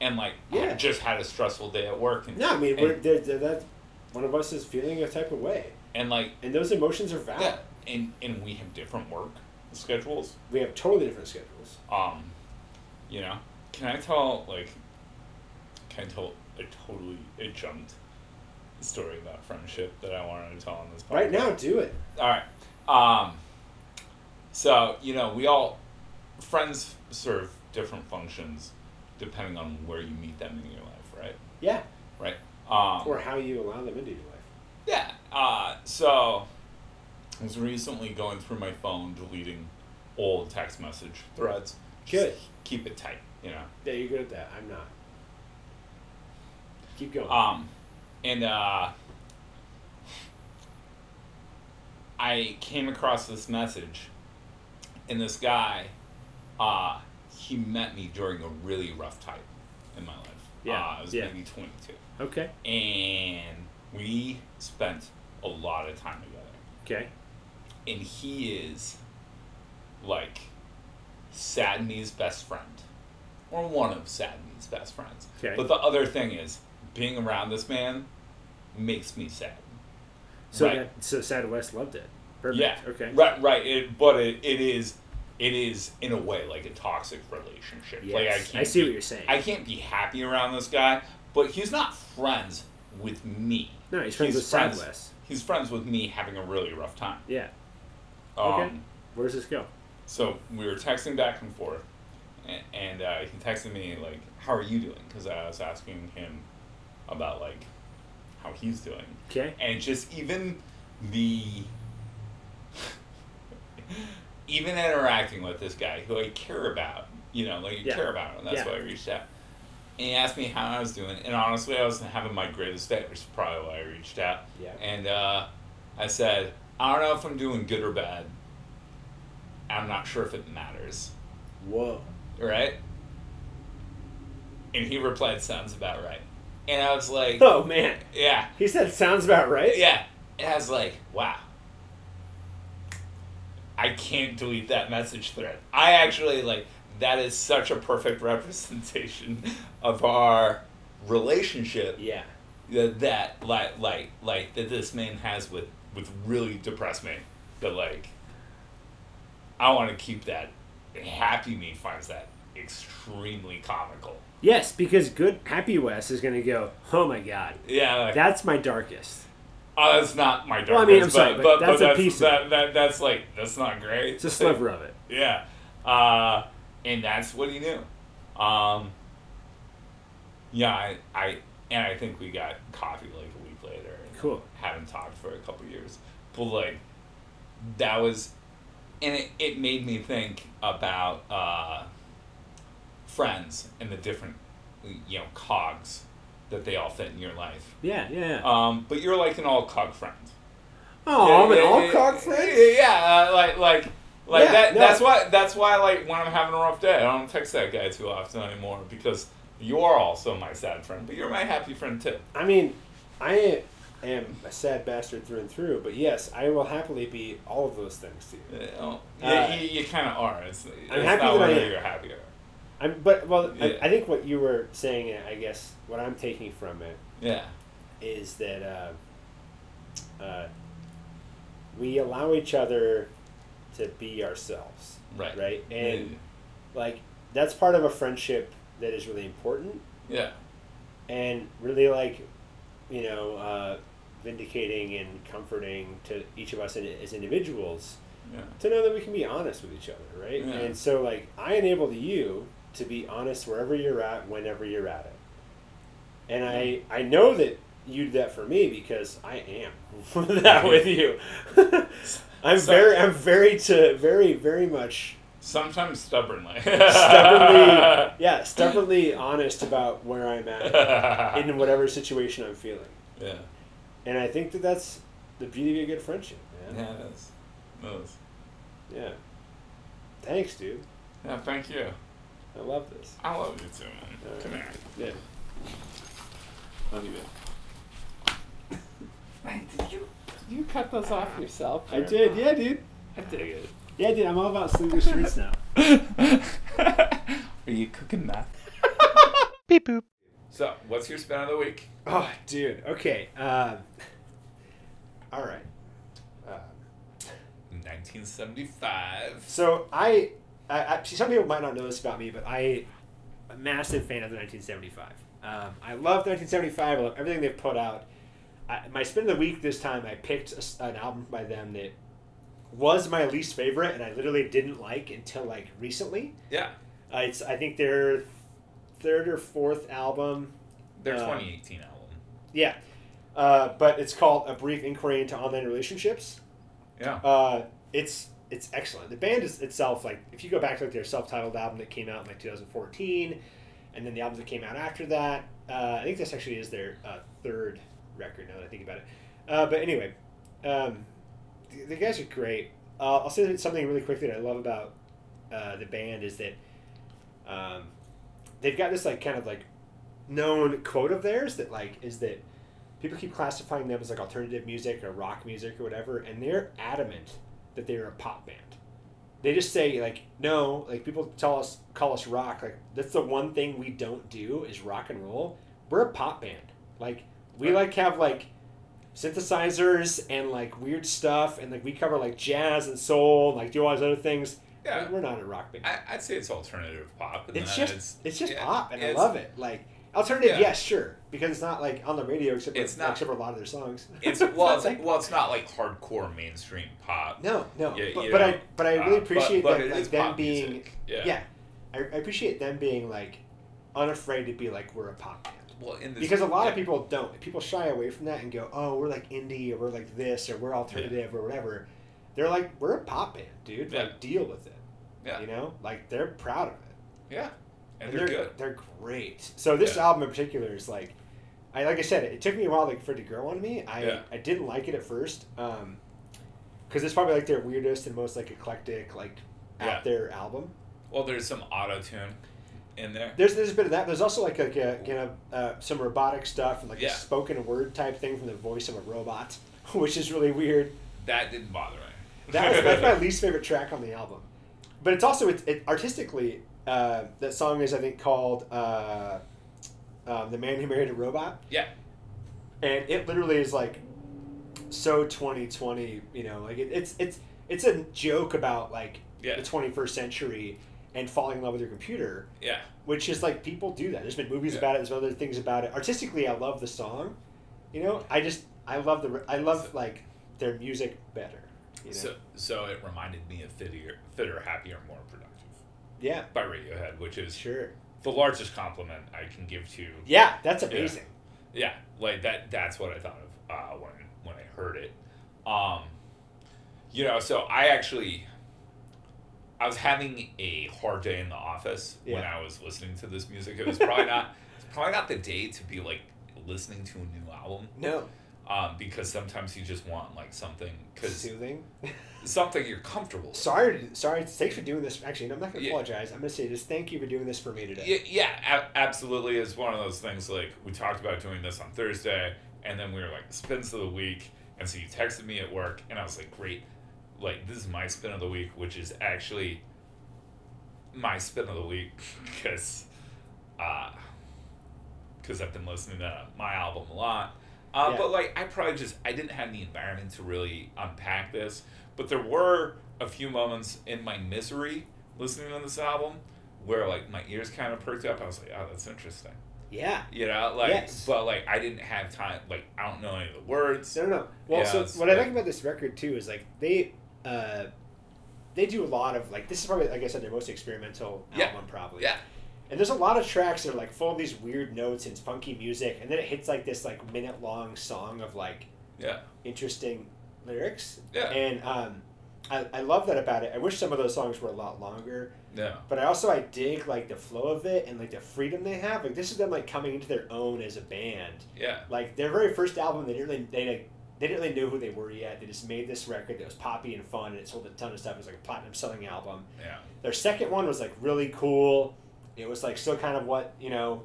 S2: and, like,
S1: Yeah.
S2: just had a stressful day at work. And,
S1: No, I mean,
S2: and,
S1: we're, there there- that one of us is feeling a type of way,
S2: and, like,
S1: and those emotions are valid.
S2: yeah, and, and we have different work schedules.
S1: We have totally different schedules.
S2: Um, you know, can I tell, like, can I tell a totally, a jumped story about friendship that I wanted to tell on this podcast?
S1: Right now, do it.
S2: All right. Um, so you know, we all friends serve different functions depending on where you meet them in your life,
S1: Yeah.
S2: right? Right. Um,
S1: or how you allow them into your life.
S2: yeah. Uh, so I was recently going through my phone, deleting old text message threads. Just
S1: Good.
S2: Keep it tight, you know.
S1: Yeah, you're good at that. I'm not. Keep going.
S2: Um, and uh, I came across this message, and this guy, uh, he met me during a really rough time in my life.
S1: Yeah,
S2: uh, I was
S1: yeah.
S2: maybe twenty-two,
S1: okay.
S2: and we spent a lot of time together.
S1: Okay.
S2: And he is, like, Sadney's best friend, or one of Sadney's best friends.
S1: Okay.
S2: But the other thing is, being around this man makes me sad.
S1: So
S2: Right.
S1: that so Sad West loved it. Perfect.
S2: Yeah.
S1: Okay.
S2: Right. Right. It, but it, it is, it is in a way like a toxic relationship.
S1: Yes.
S2: Like I
S1: I,
S2: can't.
S1: see
S2: be-
S1: what you're saying.
S2: I can't be happy around this guy, but he's not friends with me.
S1: No, he's friends
S2: He's
S1: with
S2: friends.
S1: Southwest.
S2: He's friends with me having a really rough time.
S1: Yeah.
S2: Um,
S1: Okay. Where does this go?
S2: So we were texting back and forth, and, and uh, he texted me like, "How are you doing?" Because I was asking him about like how he's doing,
S1: Okay.
S2: and just even the even interacting with this guy who I care about, you know, like I
S1: Yeah.
S2: care about him. That's
S1: Yeah.
S2: why I reached out. And he asked me how I was doing, and honestly, I wasn't having my greatest day, which is probably why I reached out.
S1: Yeah.
S2: And uh, I said, I don't know if I'm doing good or bad. I'm not sure if it matters,
S1: Whoa.
S2: right? And he replied, "Sounds about right." And I was like,
S1: Oh man.
S2: "Yeah."
S1: He said sounds about right.
S2: Yeah. And I was like, wow. I can't delete that message thread. I actually like that is such a perfect representation of our relationship
S1: Yeah.
S2: that, that like like like that this man has with with really depressed me. That like I want to keep that. Happy me finds that extremely comical.
S1: Yes, because good happy Wes is gonna go. Oh my god,
S2: Yeah, like,
S1: that's my darkest.
S2: oh, that's not my darkest.
S1: Well, I mean, I'm
S2: but,
S1: sorry, but
S2: but,
S1: that's a
S2: that's
S1: piece of-
S2: that, that, that's like that's not great.
S1: It's a sliver of it.
S2: Yeah. Uh, and that's what he knew. Um, yeah, I, I and I think we got coffee like a week later. And
S1: Cool.
S2: Haven't talked for a couple years. But like that was and it, it made me think about uh, friends and the different you know, cogs that they all fit in your life.
S1: Yeah, yeah. yeah.
S2: Um, but you're like an all cog friend.
S1: oh, I'm an
S2: Yeah,
S1: all
S2: yeah,
S1: cock
S2: yeah,
S1: friend.
S2: Yeah, yeah, uh, like like like
S1: Yeah,
S2: that.
S1: no.
S2: That's why that's why like when I'm having a rough day, I don't text that guy too often anymore because you are also my sad friend, but you're my happy friend too.
S1: I mean, I am a sad bastard through and through, but yes, I will happily be all of those things to you.
S2: You, know?
S1: Uh,
S2: you, you, kind of are. It's, it's
S1: happy
S2: not
S1: that I
S2: whether
S1: am.
S2: you're happier.
S1: I'm, but well,
S2: Yeah.
S1: I, I think what you were saying, I guess, what I'm taking from it
S2: Yeah,
S1: is that uh, uh, we allow each other to be ourselves,
S2: right.
S1: right? And like that's part of a friendship that is really important
S2: yeah,
S1: and really like you know uh, vindicating and comforting to each of us in, as individuals
S2: yeah,
S1: to know that we can be honest with each other right
S2: Yeah.
S1: and so like i enabled you to be honest wherever you're at whenever you're at it and i i know that you did that for me because i am that with you i'm
S2: So-
S1: very i'm very to very very much
S2: sometimes stubbornly.
S1: stubbornly yeah stubbornly honest about where i'm at
S2: yeah,
S1: in whatever situation i'm feeling and i think that that's the beauty of a good friendship man.
S2: yeah, that's, that's,
S1: Yeah. thanks dude
S2: yeah. Thank you.
S1: i love this
S2: I love you too, man.
S1: All right.
S2: Come here.
S1: yeah
S2: Love you, did you you cut those off yourself?
S1: i did yeah dude
S2: I dig
S1: yeah dude i'm all about sleeper streets now
S2: it. Are you cooking that?
S1: beep boop
S2: So, what's your spin of the week?
S1: oh dude okay um all right uh,
S2: 1975.
S1: so I, I, I some people might not know this about me but i a massive fan of the 1975 um, i love 1975 i love everything they've put out I, my spin of the week this time i picked a s an album by them that was my least favorite and i literally didn't like until like recently
S2: Yeah,
S1: uh, it's i think their third or fourth album
S2: their
S1: Um,
S2: 2018 album.
S1: yeah uh, but it's called a brief inquiry into online relationships
S2: Yeah.
S1: uh, it's it's excellent. The band is itself like if you go back to like their self-titled album that came out in like 2014, and then the albums that came out after that. Uh, I think this actually is their uh, third record. Now that I think about it, uh, but anyway, um, the, the guys are great. Uh, I'll say something really quickly that I love about uh, the band is that um, they've got this like kind of like known quote of theirs that like is that people keep classifying them as like alternative music or rock music or whatever, and they're adamant that they're a pop band. They just say like, no, like people tell us call us rock. Like that's the one thing we don't do is rock and roll. We're a pop band. Like we like have like synthesizers and like weird stuff, and like we cover like jazz and soul, and, like do all these other things.
S2: Yeah.
S1: Like, we're not a rock band.
S2: I, I'd say it's alternative pop. and
S1: It's
S2: then
S1: just it's just
S2: yeah,
S1: pop, and I
S2: it's-
S1: love it. Like Alternative,
S2: Yeah.
S1: yes, sure, because it's not like on the radio except for,
S2: It's not-
S1: except for a lot of their songs.
S2: It's well, it's,
S1: not
S2: well, it's not like hardcore mainstream pop.
S1: No, no.
S2: Yeah,
S1: but,
S2: you
S1: but
S2: know,
S1: I but I
S2: uh,
S1: really appreciate
S2: but- but
S1: that
S2: it
S1: like
S2: is
S1: them
S2: pop
S1: being
S2: music. Yeah.
S1: I, I appreciate them being like unafraid to be like we're a pop band.
S2: Well, in this,
S1: Because a lot of
S2: yeah.
S1: people don't. People shy away from that and go, "Oh, we're like indie or we're like this or we're alternative or whatever." They're like, "We're a pop band, dude.
S2: Yeah.
S1: Like deal with it."
S2: Yeah.
S1: You know? Like they're proud of it.
S2: yeah, and, they're, good.
S1: They're great. So this
S2: Yeah.
S1: album in particular is like, I like I said, it took me a while like for it to grow on me. I
S2: Yeah.
S1: I didn't like it at first, um, because it's probably like their weirdest and most like eclectic like
S2: Yeah.
S1: out there album.
S2: Well, there's some auto tune in there.
S1: There's there's a bit of that. There's also like like a, you know uh, some robotic stuff and like
S2: Yeah.
S1: a spoken word type thing from the voice of a robot, which is really weird.
S2: That didn't bother me.
S1: That was that's my least favorite track on the album. But it's also it, it artistically uh, that song is I think called uh, um, "The Man Who Married a Robot."
S2: Yeah.
S1: and it literally is like so 2020. You know, like it, it's it's it's a joke about like
S2: Yeah.
S1: the 21st century and falling in love with your computer,
S2: Yeah,
S1: which is like people do that. There's been movies
S2: Yeah.
S1: about it. There's other things about it. Artistically, I love the song. You know, I just I love the I love like their music better. You know?
S2: so so it reminded me of fitter, fitter, happier, more productive
S1: yeah,
S2: by Radiohead, which is
S1: sure.
S2: the largest compliment I can give to
S1: Yeah, that's
S2: Yeah.
S1: amazing.
S2: yeah like that that's what i thought of uh, when when i heard it um you know so i actually i was having a hard day in the office when
S1: Yeah.
S2: i was listening to this music it was probably not it's probably not the day to be like listening to a new album
S1: No,
S2: um because sometimes you just want like something because
S1: soothing.
S2: something you're comfortable with.
S1: sorry, sorry. Thanks for doing this. Actually, no, I'm not gonna
S2: Yeah.
S1: apologize. I'm gonna say just thank you for doing this for me today.
S2: Yeah, yeah a- absolutely. It's one of those things like we talked about doing this on Thursday, and then we were like spins of the week, and so you texted me at work, and I was like, great, like this is my spin of the week, which is actually my spin of the week because because I've been listening to my album a lot. Uh,
S1: Yeah.
S2: But like, I probably just I didn't have the environment to really unpack this. But there were a few moments in my misery listening to this album where like my ears kind of perked up. I was like, oh, that's interesting.
S1: Yeah.
S2: You know, like,
S1: Yes.
S2: but like I didn't have time. Like I don't know any of the words.
S1: No, no, no. Well,
S2: Yeah,
S1: so
S2: it's-
S1: what I like about this record too is like they, uh, they do a lot of like this is probably like I said their most experimental
S2: Yeah.
S1: album probably.
S2: Yeah,
S1: And there's a lot of tracks that are like full of these weird notes and funky music, and then it hits like this like minute long song of like
S2: yeah,
S1: interesting lyrics.
S2: Yeah.
S1: And um, I, I love that about it. I wish some of those songs were a lot longer.
S2: no,
S1: But I also I dig like the flow of it and like the freedom they have. Like this is them like coming into their own as a band.
S2: yeah,
S1: Like their very first album, they didn't really they like, they didn't really know who they were yet. They just made this record that was poppy and fun and it sold a ton of stuff. It was like a platinum selling album.
S2: yeah,
S1: Their second one was like really cool. It was like still kind of what you know,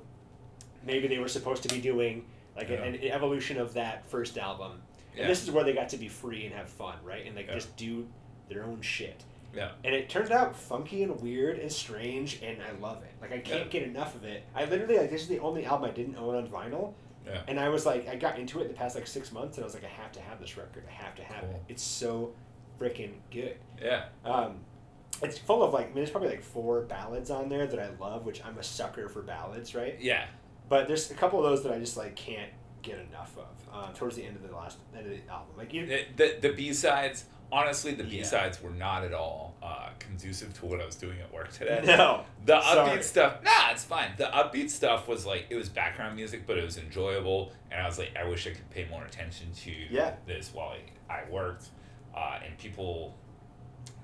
S1: maybe they were supposed to be doing. Like
S2: Yeah.
S1: an, an evolution of that first album.
S2: yeah.
S1: And this is where they got to be free and have fun, right? And like
S2: Yeah.
S1: just do their own shit.
S2: Yeah.
S1: And it turned out funky and weird and strange, and I love it. Like I can't get enough of it. I literally like this is the only album I didn't own on vinyl.
S2: Yeah.
S1: And I was like, I got into it the past like six months, and I was like, I have to have this record. I have to have it.
S2: Cool.
S1: It's so freaking good.
S2: yeah,
S1: Um, it's full of like, I mean, there's probably like four ballads on there that I love, which I'm a sucker for ballads, right?
S2: yeah,
S1: but there's a couple of those that I just like can't get enough of um, towards the end of the last end of the album. Like you,
S2: The the, the B sides, honestly, the
S1: Yeah.
S2: B sides were not at all uh, conducive to what I was doing at work today.
S1: no,
S2: The
S1: Sorry.
S2: upbeat stuff, nah, it's fine. The upbeat stuff was like it was background music, but it was enjoyable, and I was like, I wish I could pay more attention to
S1: Yeah.
S2: this while I, I worked, uh, and people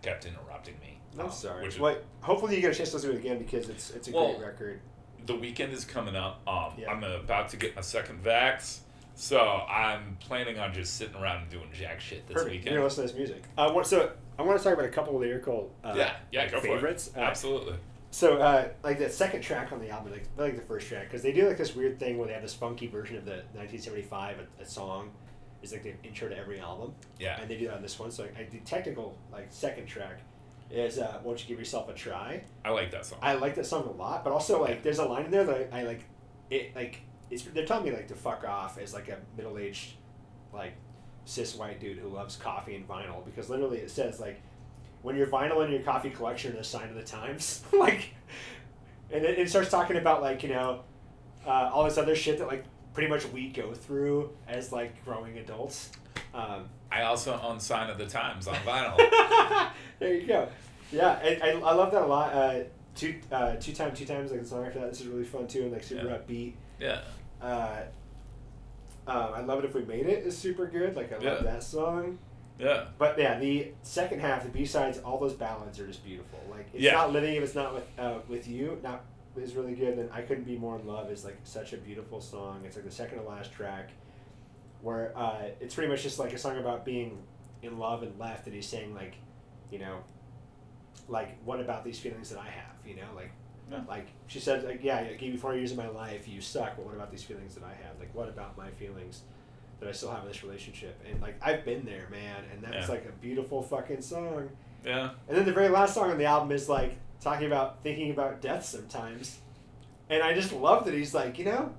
S2: kept interrupting me.
S1: I'm
S2: um,
S1: sorry.
S2: Which is,
S1: Wait, hopefully you get a chance to listen to it again because it's it's a
S2: Well,
S1: great record.
S2: the weekend is coming up. Um,
S1: Yeah.
S2: I'm about to get my second vax, so I'm planning on just sitting around and doing jack shit this
S1: Perfect.
S2: weekend.
S1: You're gonna listen to this music. Uh, what, so I want to talk about a couple of lyrical uh,
S2: yeah, yeah, go
S1: favorites.
S2: for it.
S1: Uh,
S2: Absolutely.
S1: so uh, like that second track on the album, like I like the first track because they do like this weird thing where they have this funky version of the 1975 a, a song. Is like the intro to every album,
S2: Yeah.
S1: and they do that on this one. So like, the technical like second track is uh, "Won't You Give Yourself a Try,"
S2: I like that song.
S1: I like that song a lot, but also like there's a line in there that I, I like. It like it's they're telling me like to fuck off as like a middle aged, like cis white dude who loves coffee and vinyl because literally it says like when your vinyl and your coffee collection are a sign of the times like, and it, it starts talking about like you know. uh, all this other shit that like pretty much we go through as like growing adults. Um,
S2: I also own Sign of the Times on vinyl.
S1: there you go. Yeah, I, I, I love that a lot. Uh, two uh, two time two times like the song after that. This is really fun too and like super
S2: Yeah.
S1: upbeat.
S2: yeah.
S1: Uh, um, I love it if we made it is super good. Like I
S2: Yeah.
S1: love that song.
S2: Yeah.
S1: But yeah, the second half, the B sides, all those ballads are just beautiful. Like it's
S2: Yeah.
S1: not living if it's not with uh, with you. Not is really good. And I couldn't be more in love is like such a beautiful song. It's like the second to last track, where uh, it's pretty much just like a song about being in love and left, and he's saying like, you know, like what about these feelings that I have? You know, like.
S2: Yeah.
S1: Like she said, like yeah, I gave you four years of my life. You suck. But what about these feelings that I have? Like what about my feelings that I still have in this relationship? And like I've been there, man. And that's
S2: Yeah.
S1: like a beautiful fucking song.
S2: Yeah.
S1: And then the very last song on the album is like talking about thinking about death sometimes. And I just love that he's like, you know,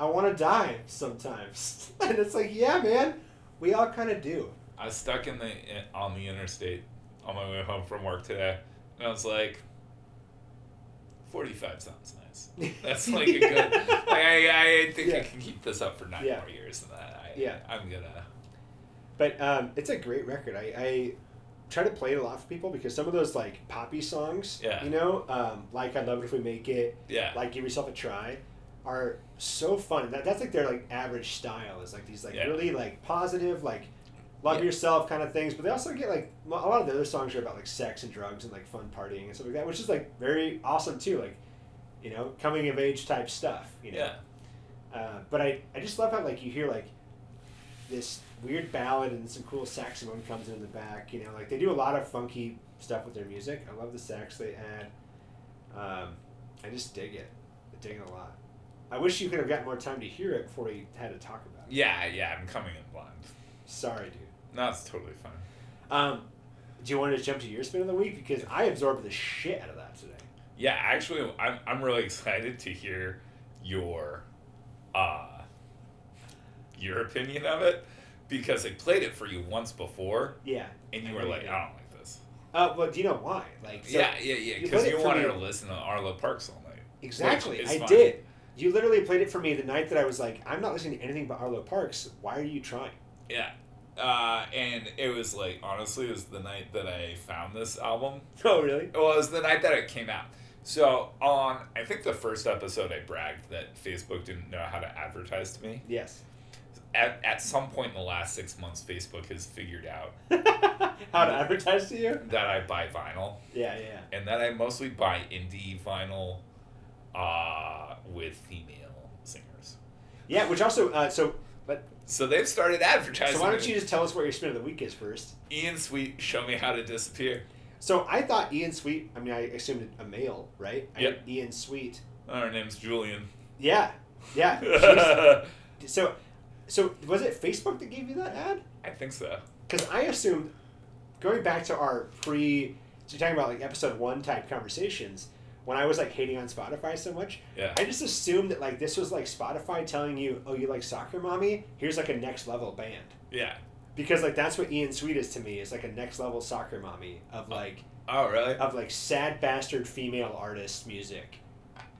S1: I want to die sometimes. And it's like, yeah, man, we all kind of do.
S2: I was stuck in the in- on the interstate on my way home from work today, and I was like, forty-five sounds nice. That's like a good. like, I, I think I
S1: Yeah.
S2: can keep this up for nine
S1: Yeah.
S2: more years, and that I,
S1: Yeah.
S2: I'm gonna.
S1: But um, it's a great record. I, I try to play it a lot for people because some of those like poppy songs,
S2: Yeah.
S1: you know, um, like I Love It If We Make It,
S2: Yeah.
S1: like Give Yourself a Try, are so fun. That, that's like their like average style is like these like
S2: Yeah.
S1: really like positive like love
S2: Yeah.
S1: yourself kind of things. But they also get like a lot of the other songs are about like sex and drugs and like fun partying and stuff like that, which is like very awesome too. Like you know, coming of age type stuff. You know.
S2: yeah.
S1: Uh, but I, I just love how like you hear like this weird ballad and some cool saxophone comes in the back. You know, like they do a lot of funky stuff with their music. I love the sax they add. Um, I just dig it. I dig it a lot. I wish you could have gotten more time to hear it before we had to talk about it.
S2: Yeah. Yeah. I'm coming in blind.
S1: Sorry, dude.
S2: No, it's totally fine.
S1: Um, do you want to jump to your spin of the week because I absorbed the shit out of that today.
S2: Yeah. Actually, I'm I'm really excited to hear your, uh, your opinion of it, because I played it for you once before,
S1: Yeah.
S2: and
S1: I
S2: you were
S1: really
S2: like,
S1: did.
S2: I don't like this.
S1: Uh, well, do you know why? Like, so-
S2: yeah, yeah, yeah.
S1: you
S2: Because
S1: put it
S2: you
S1: for
S2: wanted
S1: me-
S2: to listen to Arlo Parks all night.
S1: Exactly,
S2: is
S1: I
S2: fine.
S1: did. You literally played it for me the night that I was like, I'm not listening to anything but Arlo Parks. Why are you trying?
S2: Yeah. Uh, and it was like, honestly, it was the night that I found this album.
S1: Oh, really?
S2: Well, it was the night that it came out. So, on, I think the first episode, I bragged that Facebook didn't know how to advertise to me.
S1: Yes.
S2: At, at some point in the last six months, Facebook has figured out
S1: How to advertise to you?
S2: that I buy vinyl
S1: Yeah, yeah.
S2: and that I mostly buy indie vinyl uh, with female singers.
S1: Yeah, which also, uh, so, but,
S2: So, they've started advertising.
S1: so why
S2: to
S1: don't
S2: me.
S1: you just tell us what your spin of the week is first?
S2: Ian Sweet, show me how to disappear.
S1: So I thought Ian Sweet, I mean, I assumed a male, right? I
S2: Yep.
S1: Ian Sweet.
S2: Oh, Her name's Julian.
S1: Yeah, yeah.
S2: I
S1: She's- so, so was it Facebook that gave you that ad?
S2: think so.
S1: Because I assumed, going back to our pre, so you're talking about like episode one type conversations, when I was like hating on Spotify so much,
S2: Yeah.
S1: I just assumed that like this was like Spotify telling you, oh, you like soccer, mommy? Here's like a next level band.
S2: Yeah.
S1: Because like that's what Ian Sweet is to me. It's like a next level soccer mommy of like
S2: Oh, really?
S1: of like sad bastard female artist music,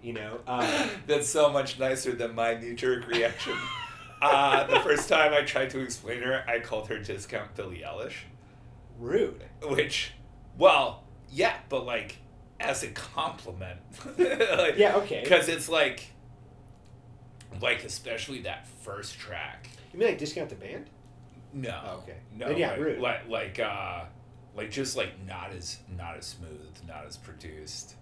S1: you know. Um,
S2: That's so much nicer than my knee jerk reaction. uh, the first time I tried to explain her, I called her Discount Billie Eilish,
S1: rude.
S2: which, well, yeah, but like as a compliment. like,
S1: Yeah. Okay.
S2: Because it's like, like, especially that first track.
S1: You mean like discount the band?
S2: No.
S1: Oh, okay.
S2: No.
S1: Then, yeah,
S2: like,
S1: rude.
S2: Like like uh, like just like not as not as smooth, not as produced.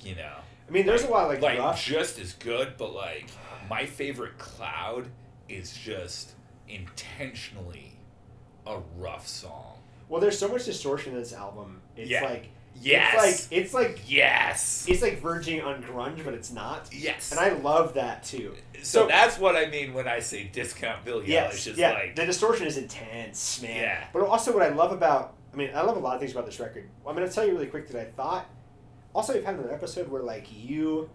S2: You know,
S1: I mean, there's a lot of like,
S2: like
S1: rough.
S2: just as good, but like my favorite cloud is just intentionally a rough song.
S1: Well, there's so much distortion in this album. It's
S2: Yeah.
S1: like
S2: Yes.
S1: It's like it's like
S2: yes.
S1: it's like verging on grunge, but it's not.
S2: yes.
S1: And I love that too.
S2: so,
S1: so-
S2: that's what I mean when I say discount Billy
S1: yes,
S2: Eilish is
S1: yeah.
S2: like
S1: the distortion is intense, man.
S2: Yeah.
S1: But also, what I love about, I mean, I love a lot of things about this record. I'm going to tell you really quick that I thought. Also, we've had another episode where like you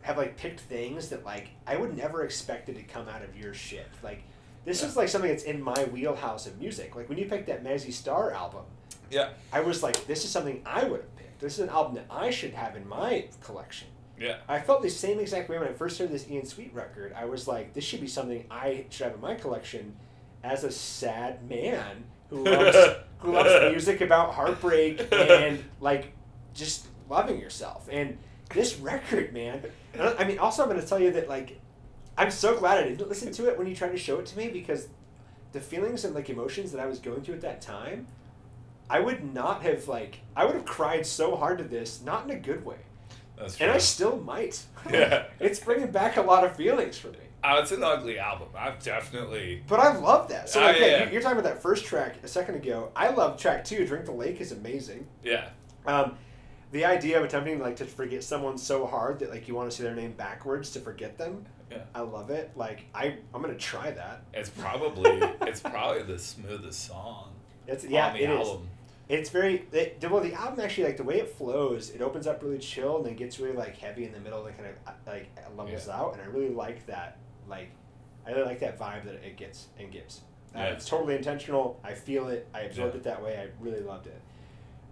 S1: have like picked things that like I would never expected to come out of your shit. Like this is like something that's in my wheelhouse of music. Like when you picked that Mazzy Star album,
S2: yeah
S1: I was like, this is something I would have picked. This is an album that I should have in my collection.
S2: Yeah.
S1: I felt the same exact way when I first heard this Ian Sweet record. I was like, this should be something I should have in my collection as a sad man who loves, who loves music about heartbreak and like just loving yourself. And this record, man. and I I mean, also, I'm going to tell you that like I'm so glad I didn't listen to it when you tried to show it to me because the feelings and like emotions that I was going through at that time, I would not have like I would have cried so hard to this, not in a good way.
S2: That's true.
S1: And I still might.
S2: Yeah.
S1: it's bringing back a lot of feelings for me.
S2: Oh, it's an ugly album. I've definitely.
S1: But I love that. So
S2: Oh,
S1: like, yeah,
S2: yeah.
S1: you- you're talking about that first track a second ago. I love track two. Drink the Lake is amazing.
S2: Yeah.
S1: Um, the idea of attempting like to forget someone so hard that like you want to say their name backwards to forget them.
S2: Yeah.
S1: I love it. Like I, I'm gonna try that.
S2: It's probably it's probably the smoothest song
S1: That's yeah,
S2: on
S1: it
S2: the
S1: is.
S2: album.
S1: It's very it, well. The album actually like the way it flows. It opens up really chill and then gets really like heavy in the middle and kind of uh, like levels out. And I really like that. Like, I really like that vibe that it gets and gives. Uh,
S2: Yeah.
S1: It's totally intentional. I feel it. I absorbed
S2: Yeah.
S1: it that way. I really loved it.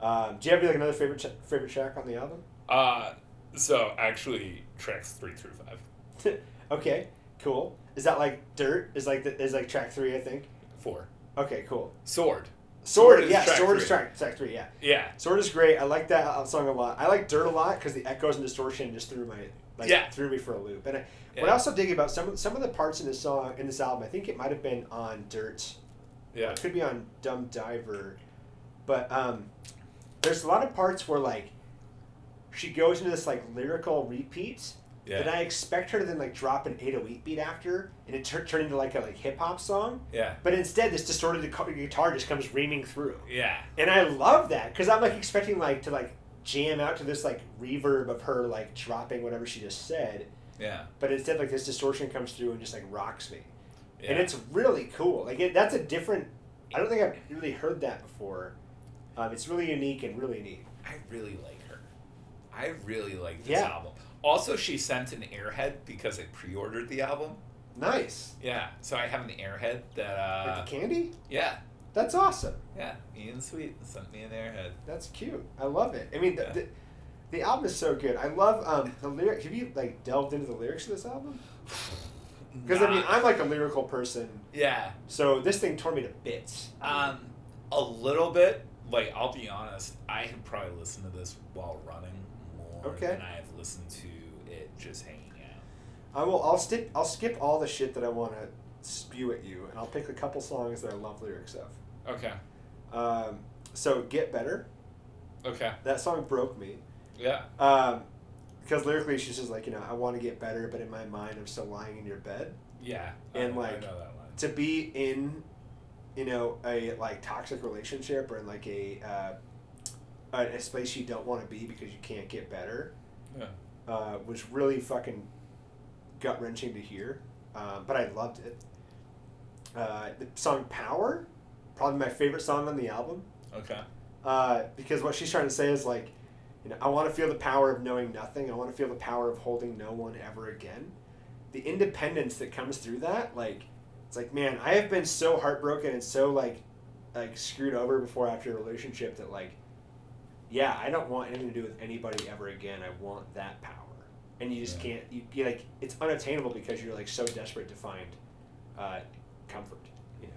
S1: Um, do you have like another favorite ch- favorite track on the album?
S2: Uh, so actually, tracks three through five,
S1: okay, cool. Is that like dirt? Is like the, is like track three? I think.
S2: four,
S1: Okay, cool.
S2: sword.
S1: Sword,
S2: Sword is
S1: yeah.
S2: track
S1: sword is
S2: three.
S1: track track three, yeah.
S2: Yeah,
S1: Sword is great. I like that uh, song a lot. I like Dirt a lot because the echoes and distortion just threw my like
S2: Yeah.
S1: threw me for a loop. And I, what
S2: Yeah.
S1: I also dig about some some of the parts in this song in this album, I think it might have been on Dirt.
S2: yeah,
S1: It could be on Dumb Diver, but um, there's a lot of parts where like she goes into this like lyrical repeat
S2: yeah,
S1: that I expect her to then like drop an 808 beat after and it tur- turn into like a like hip hop song.
S2: yeah,
S1: But instead, this distorted guitar- guitar just comes reaming through
S2: yeah,
S1: and I love that because I'm like expecting like to like jam out to this like reverb of her like dropping whatever she just said,
S2: yeah.
S1: but instead like this distortion comes through and just like rocks me,
S2: yeah.
S1: and it's really cool. Like it, that's a different. I don't think I've really heard that before. Um, it's really unique and really neat.
S2: I really like her. I really like this
S1: Yeah.
S2: album. Also, she sent an airhead because I pre-ordered the album.
S1: Nice.
S2: Yeah, so I have an airhead that.
S1: Like
S2: Uh,
S1: the candy.
S2: yeah,
S1: That's awesome.
S2: yeah. Ian Sweet sent me an airhead.
S1: That's cute. I love it. I mean, the,
S2: Yeah.
S1: the, the album is so good. I love um, the lyric. Have you like delved into the lyrics of this album? Because I mean,
S2: Nah.
S1: I'm like a lyrical person.
S2: yeah.
S1: So this thing tore me to bits.
S2: Um, a little bit. Like I'll be honest, I have probably listened to this while running more
S1: Okay.
S2: than I have listened to it just hanging out.
S1: I will. I'll skip. I'll skip all the shit that I want to spew at you, and I'll pick a couple songs that I love lyrics of.
S2: Okay.
S1: Um, so get better.
S2: Okay.
S1: That song broke me
S2: Yeah.
S1: um, because lyrically she's just like you know I want to get better, but in my mind I'm still lying in your bed.
S2: Yeah.
S1: And,
S2: I, I
S1: like,
S2: know that line.
S1: To be in, you know, a like toxic relationship or in like a uh, a, a space you don't want to be because you can't get better.
S2: Yeah.
S1: Uh, was really fucking gut wrenching to hear, um, but I loved it. Uh, the song "Power," probably my favorite song on the album,
S2: Okay.
S1: uh, because what she's trying to say is like, you know, I want to feel the power of knowing nothing. I want to feel the power of holding no one ever again. The independence that comes through that, like, it's like, man, I have been so heartbroken and so like, like screwed over before after a relationship that like, yeah, I don't want anything to do with anybody ever again. I want that power, and you just
S2: Yeah.
S1: can't. You, you like, it's unattainable because you're like so desperate to find uh, comfort. You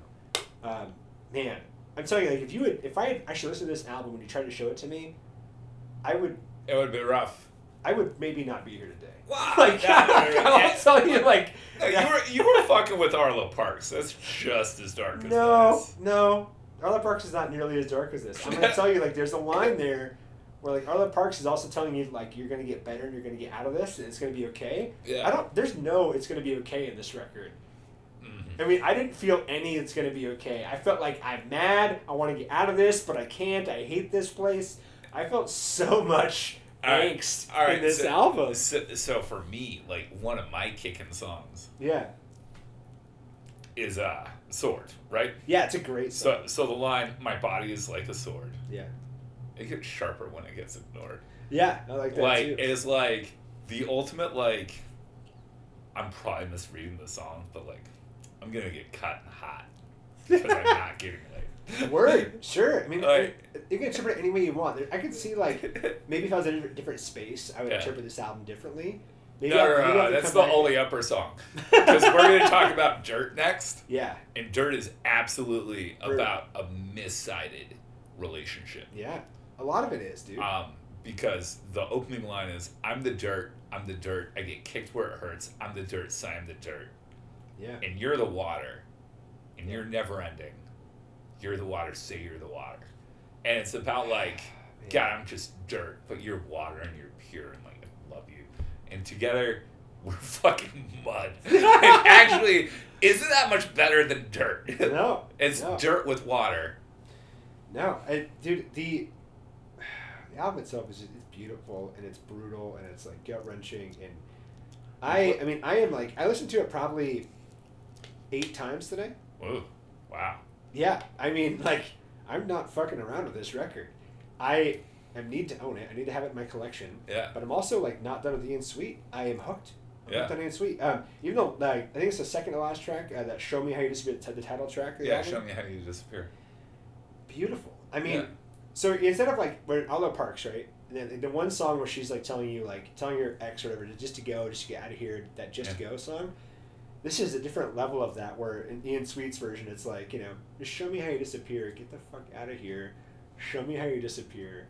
S1: know, um, man, I'm telling you, like, if you would, if I had actually listened to this album when you tried to show it to me, I would
S2: It would be rough.
S1: I would maybe not be here today.
S2: Wow.
S1: Like,
S2: yeah,
S1: I'll tell you, like,
S2: No, you were you were fucking with Arlo Parks. That's just as dark as
S1: no,
S2: this.
S1: no, Arlo Parks is not nearly as dark as this. I'm gonna tell you, like, there's a line there where, like, Arlo Parks is also telling you, like, you're gonna get better and you're gonna get out of this and it's gonna be okay.
S2: Yeah.
S1: I don't. There's no, it's gonna be okay in this record.
S2: Mhm.
S1: I mean, I didn't feel any. It's gonna be okay. I felt like I'm mad. I want to get out of this, but I can't. I hate this place. I felt so much
S2: All right.
S1: angst
S2: All right,
S1: in this
S2: so-
S1: album.
S2: So, so for me, like one of my kicking songs
S1: Yeah,
S2: is uh sword, right?
S1: yeah, it's a great song.
S2: So so the line, my body is like a sword.
S1: yeah,
S2: It gets sharper when it gets ignored.
S1: yeah, I like that
S2: like
S1: too.
S2: is like the ultimate like I'm probably misreading the song, but like I'm gonna get cut and hot because I'm not getting laid.
S1: Word, sure. I mean,
S2: uh, Like-
S1: it- you can interpret it any way you want. There- I could see like maybe if I was in a different space, I would
S2: Yeah.
S1: interpret this album differently.
S2: no,
S1: Maybe I-
S2: no, no,
S1: maybe I
S2: no,
S1: could
S2: that's the
S1: come back-
S2: only upper song. Because we're going to talk about Dirt next.
S1: Yeah,
S2: And Dirt is absolutely
S1: Brutal.
S2: about a missided relationship.
S1: yeah. A lot of it is, dude.
S2: Um, because the opening line is I'm the dirt, I'm the dirt, I get kicked where it hurts, I'm the dirt, so I'm the dirt.
S1: yeah,
S2: And you're the water, and you're never ending. You're the water, so you're the water. And it's about like,
S1: Man.
S2: God, I'm just dirt, but you're water and you're pure and like I love you. And together we're fucking mud. and actually isn't that much better than dirt.
S1: No,
S2: it's
S1: no.
S2: dirt with water.
S1: No, I, dude, the the album itself is just, it's beautiful and it's brutal and it's like gut wrenching and I I mean I am like I listened to it probably eight times today.
S2: Whoa. Wow.
S1: Yeah, I mean like I'm not fucking around with this record. I I need to own it. I need to have it in my collection.
S2: Yeah.
S1: But I'm also like not done with Ian Sweet. I am hooked. I'm
S2: Yeah.
S1: not done with Ian Sweet. Um, even though like I think it's the second to last track uh, that "Show Me How You Disappear" the t- the title track. of the
S2: Yeah,
S1: album.
S2: show me how you disappear.
S1: beautiful. I mean,
S2: Yeah.
S1: so instead of like we're in all the parks, right? And then the one song where she's like telling you, like telling your ex or whatever, to just to go, just to get out of here, that just go song. This is a different level of that. Where in Ian Sweet's version, it's like you know, just show me how you disappear, get the fuck out of here, show me how you disappear.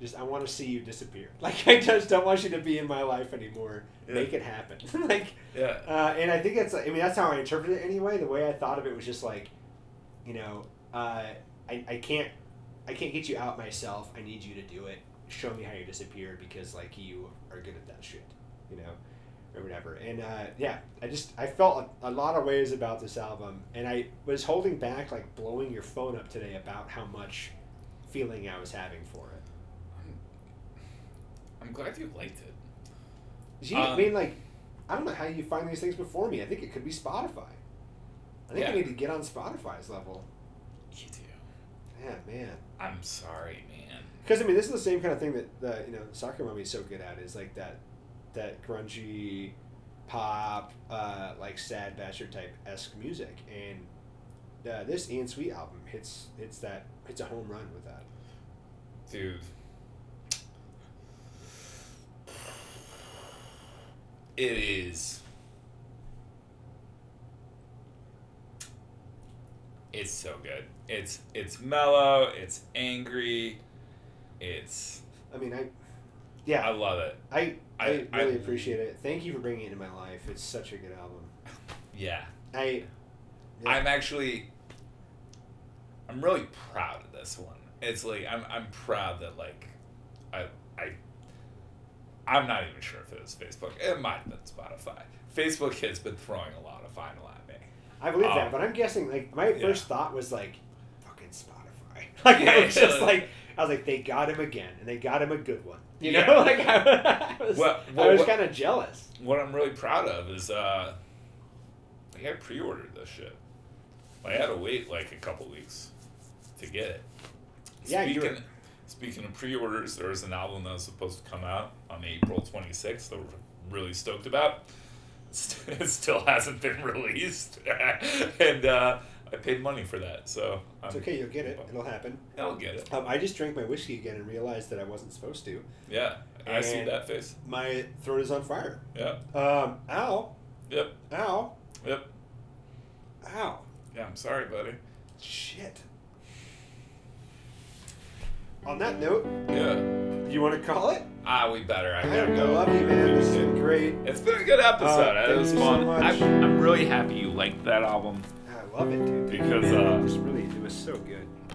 S1: Just I want to see you disappear. Like I just don't want you to be in my life anymore.
S2: Yeah.
S1: Make it happen. like
S2: Yeah.
S1: uh, and I think that's, I mean, that's how I interpreted it anyway. The way I thought of it was just like, you know, uh, I, I can't, I can't get you out myself. I need you to do it. Show me how you disappear because like you are good at that shit, you know, or whatever. And uh, yeah, I just, I felt a, a lot of ways about this album and I was holding back, like blowing your phone up today about how much feeling I was having for it.
S2: I'm glad you liked it.
S1: You, I
S2: Um,
S1: mean, like, I don't know how you find these things before me. I think it could be Spotify. I think I
S2: Yeah.
S1: need to get on Spotify's level.
S2: You do.
S1: Yeah, man.
S2: I'm sorry, man.
S1: Because I mean, this is the same kind of thing that the you know soccer mommy is so good at is like that, that grungy, pop, uh, like sad bastard type esque music, and uh, this Ian Sweet album hits hits that hits a home run with that.
S2: Dude. It is. It's so good. It's it's mellow, it's angry, it's
S1: I mean, I,
S2: I
S1: yeah,
S2: love it.
S1: I I,
S2: I- I-
S1: really appreciate it. Thank you for bringing it into my life. It's such a good album.
S2: Yeah.
S1: I Yeah.
S2: I'm actually I'm really proud of this one. It's like I'm I'm proud that like I I I'm not even sure if it was Facebook. It might have been Spotify. Facebook has been throwing a lot of vinyl at me.
S1: I believe
S2: Um,
S1: that, but I'm guessing like my
S2: yeah.
S1: first thought was like, fucking Spotify. Like I was just like, I was like, they got him again, and they got him a good one. You
S2: Yeah.
S1: know, like I, was,
S2: Well-
S1: I
S2: well,
S1: was
S2: what-
S1: kind of jealous.
S2: What I'm really proud of is uh like I pre-ordered this shit. I had to wait like a couple weeks to get it.
S1: Yeah, you
S2: speaking,
S1: were-
S2: speaking of pre-orders, there was an album that was supposed to come out on April 26th that we're really stoked about. It still hasn't been released, and uh, I paid money for that, so I'm,
S1: It's okay, you'll get it. It'll happen.
S2: I'll get it.
S1: Um, I just drank my whiskey again and realized that I wasn't supposed to.
S2: Yeah, I see
S1: And-
S2: that face.
S1: My throat is on fire.
S2: Yeah,
S1: Um, ow,
S2: yep,
S1: ow,
S2: yep.
S1: ow.
S2: Yeah, I'm sorry, buddy.
S1: Shit. On that note,
S2: Yeah,
S1: you want to call it?
S2: ah, we better. I
S1: I,
S2: gotta go.
S1: love you, man. This has been great.
S2: It's been a good episode.
S1: Uh,
S2: it was
S1: thank you so
S2: fun.
S1: much.
S2: I'm, I'm really happy you liked that album
S1: I love it, dude.
S2: because uh,
S1: This really, it was so good.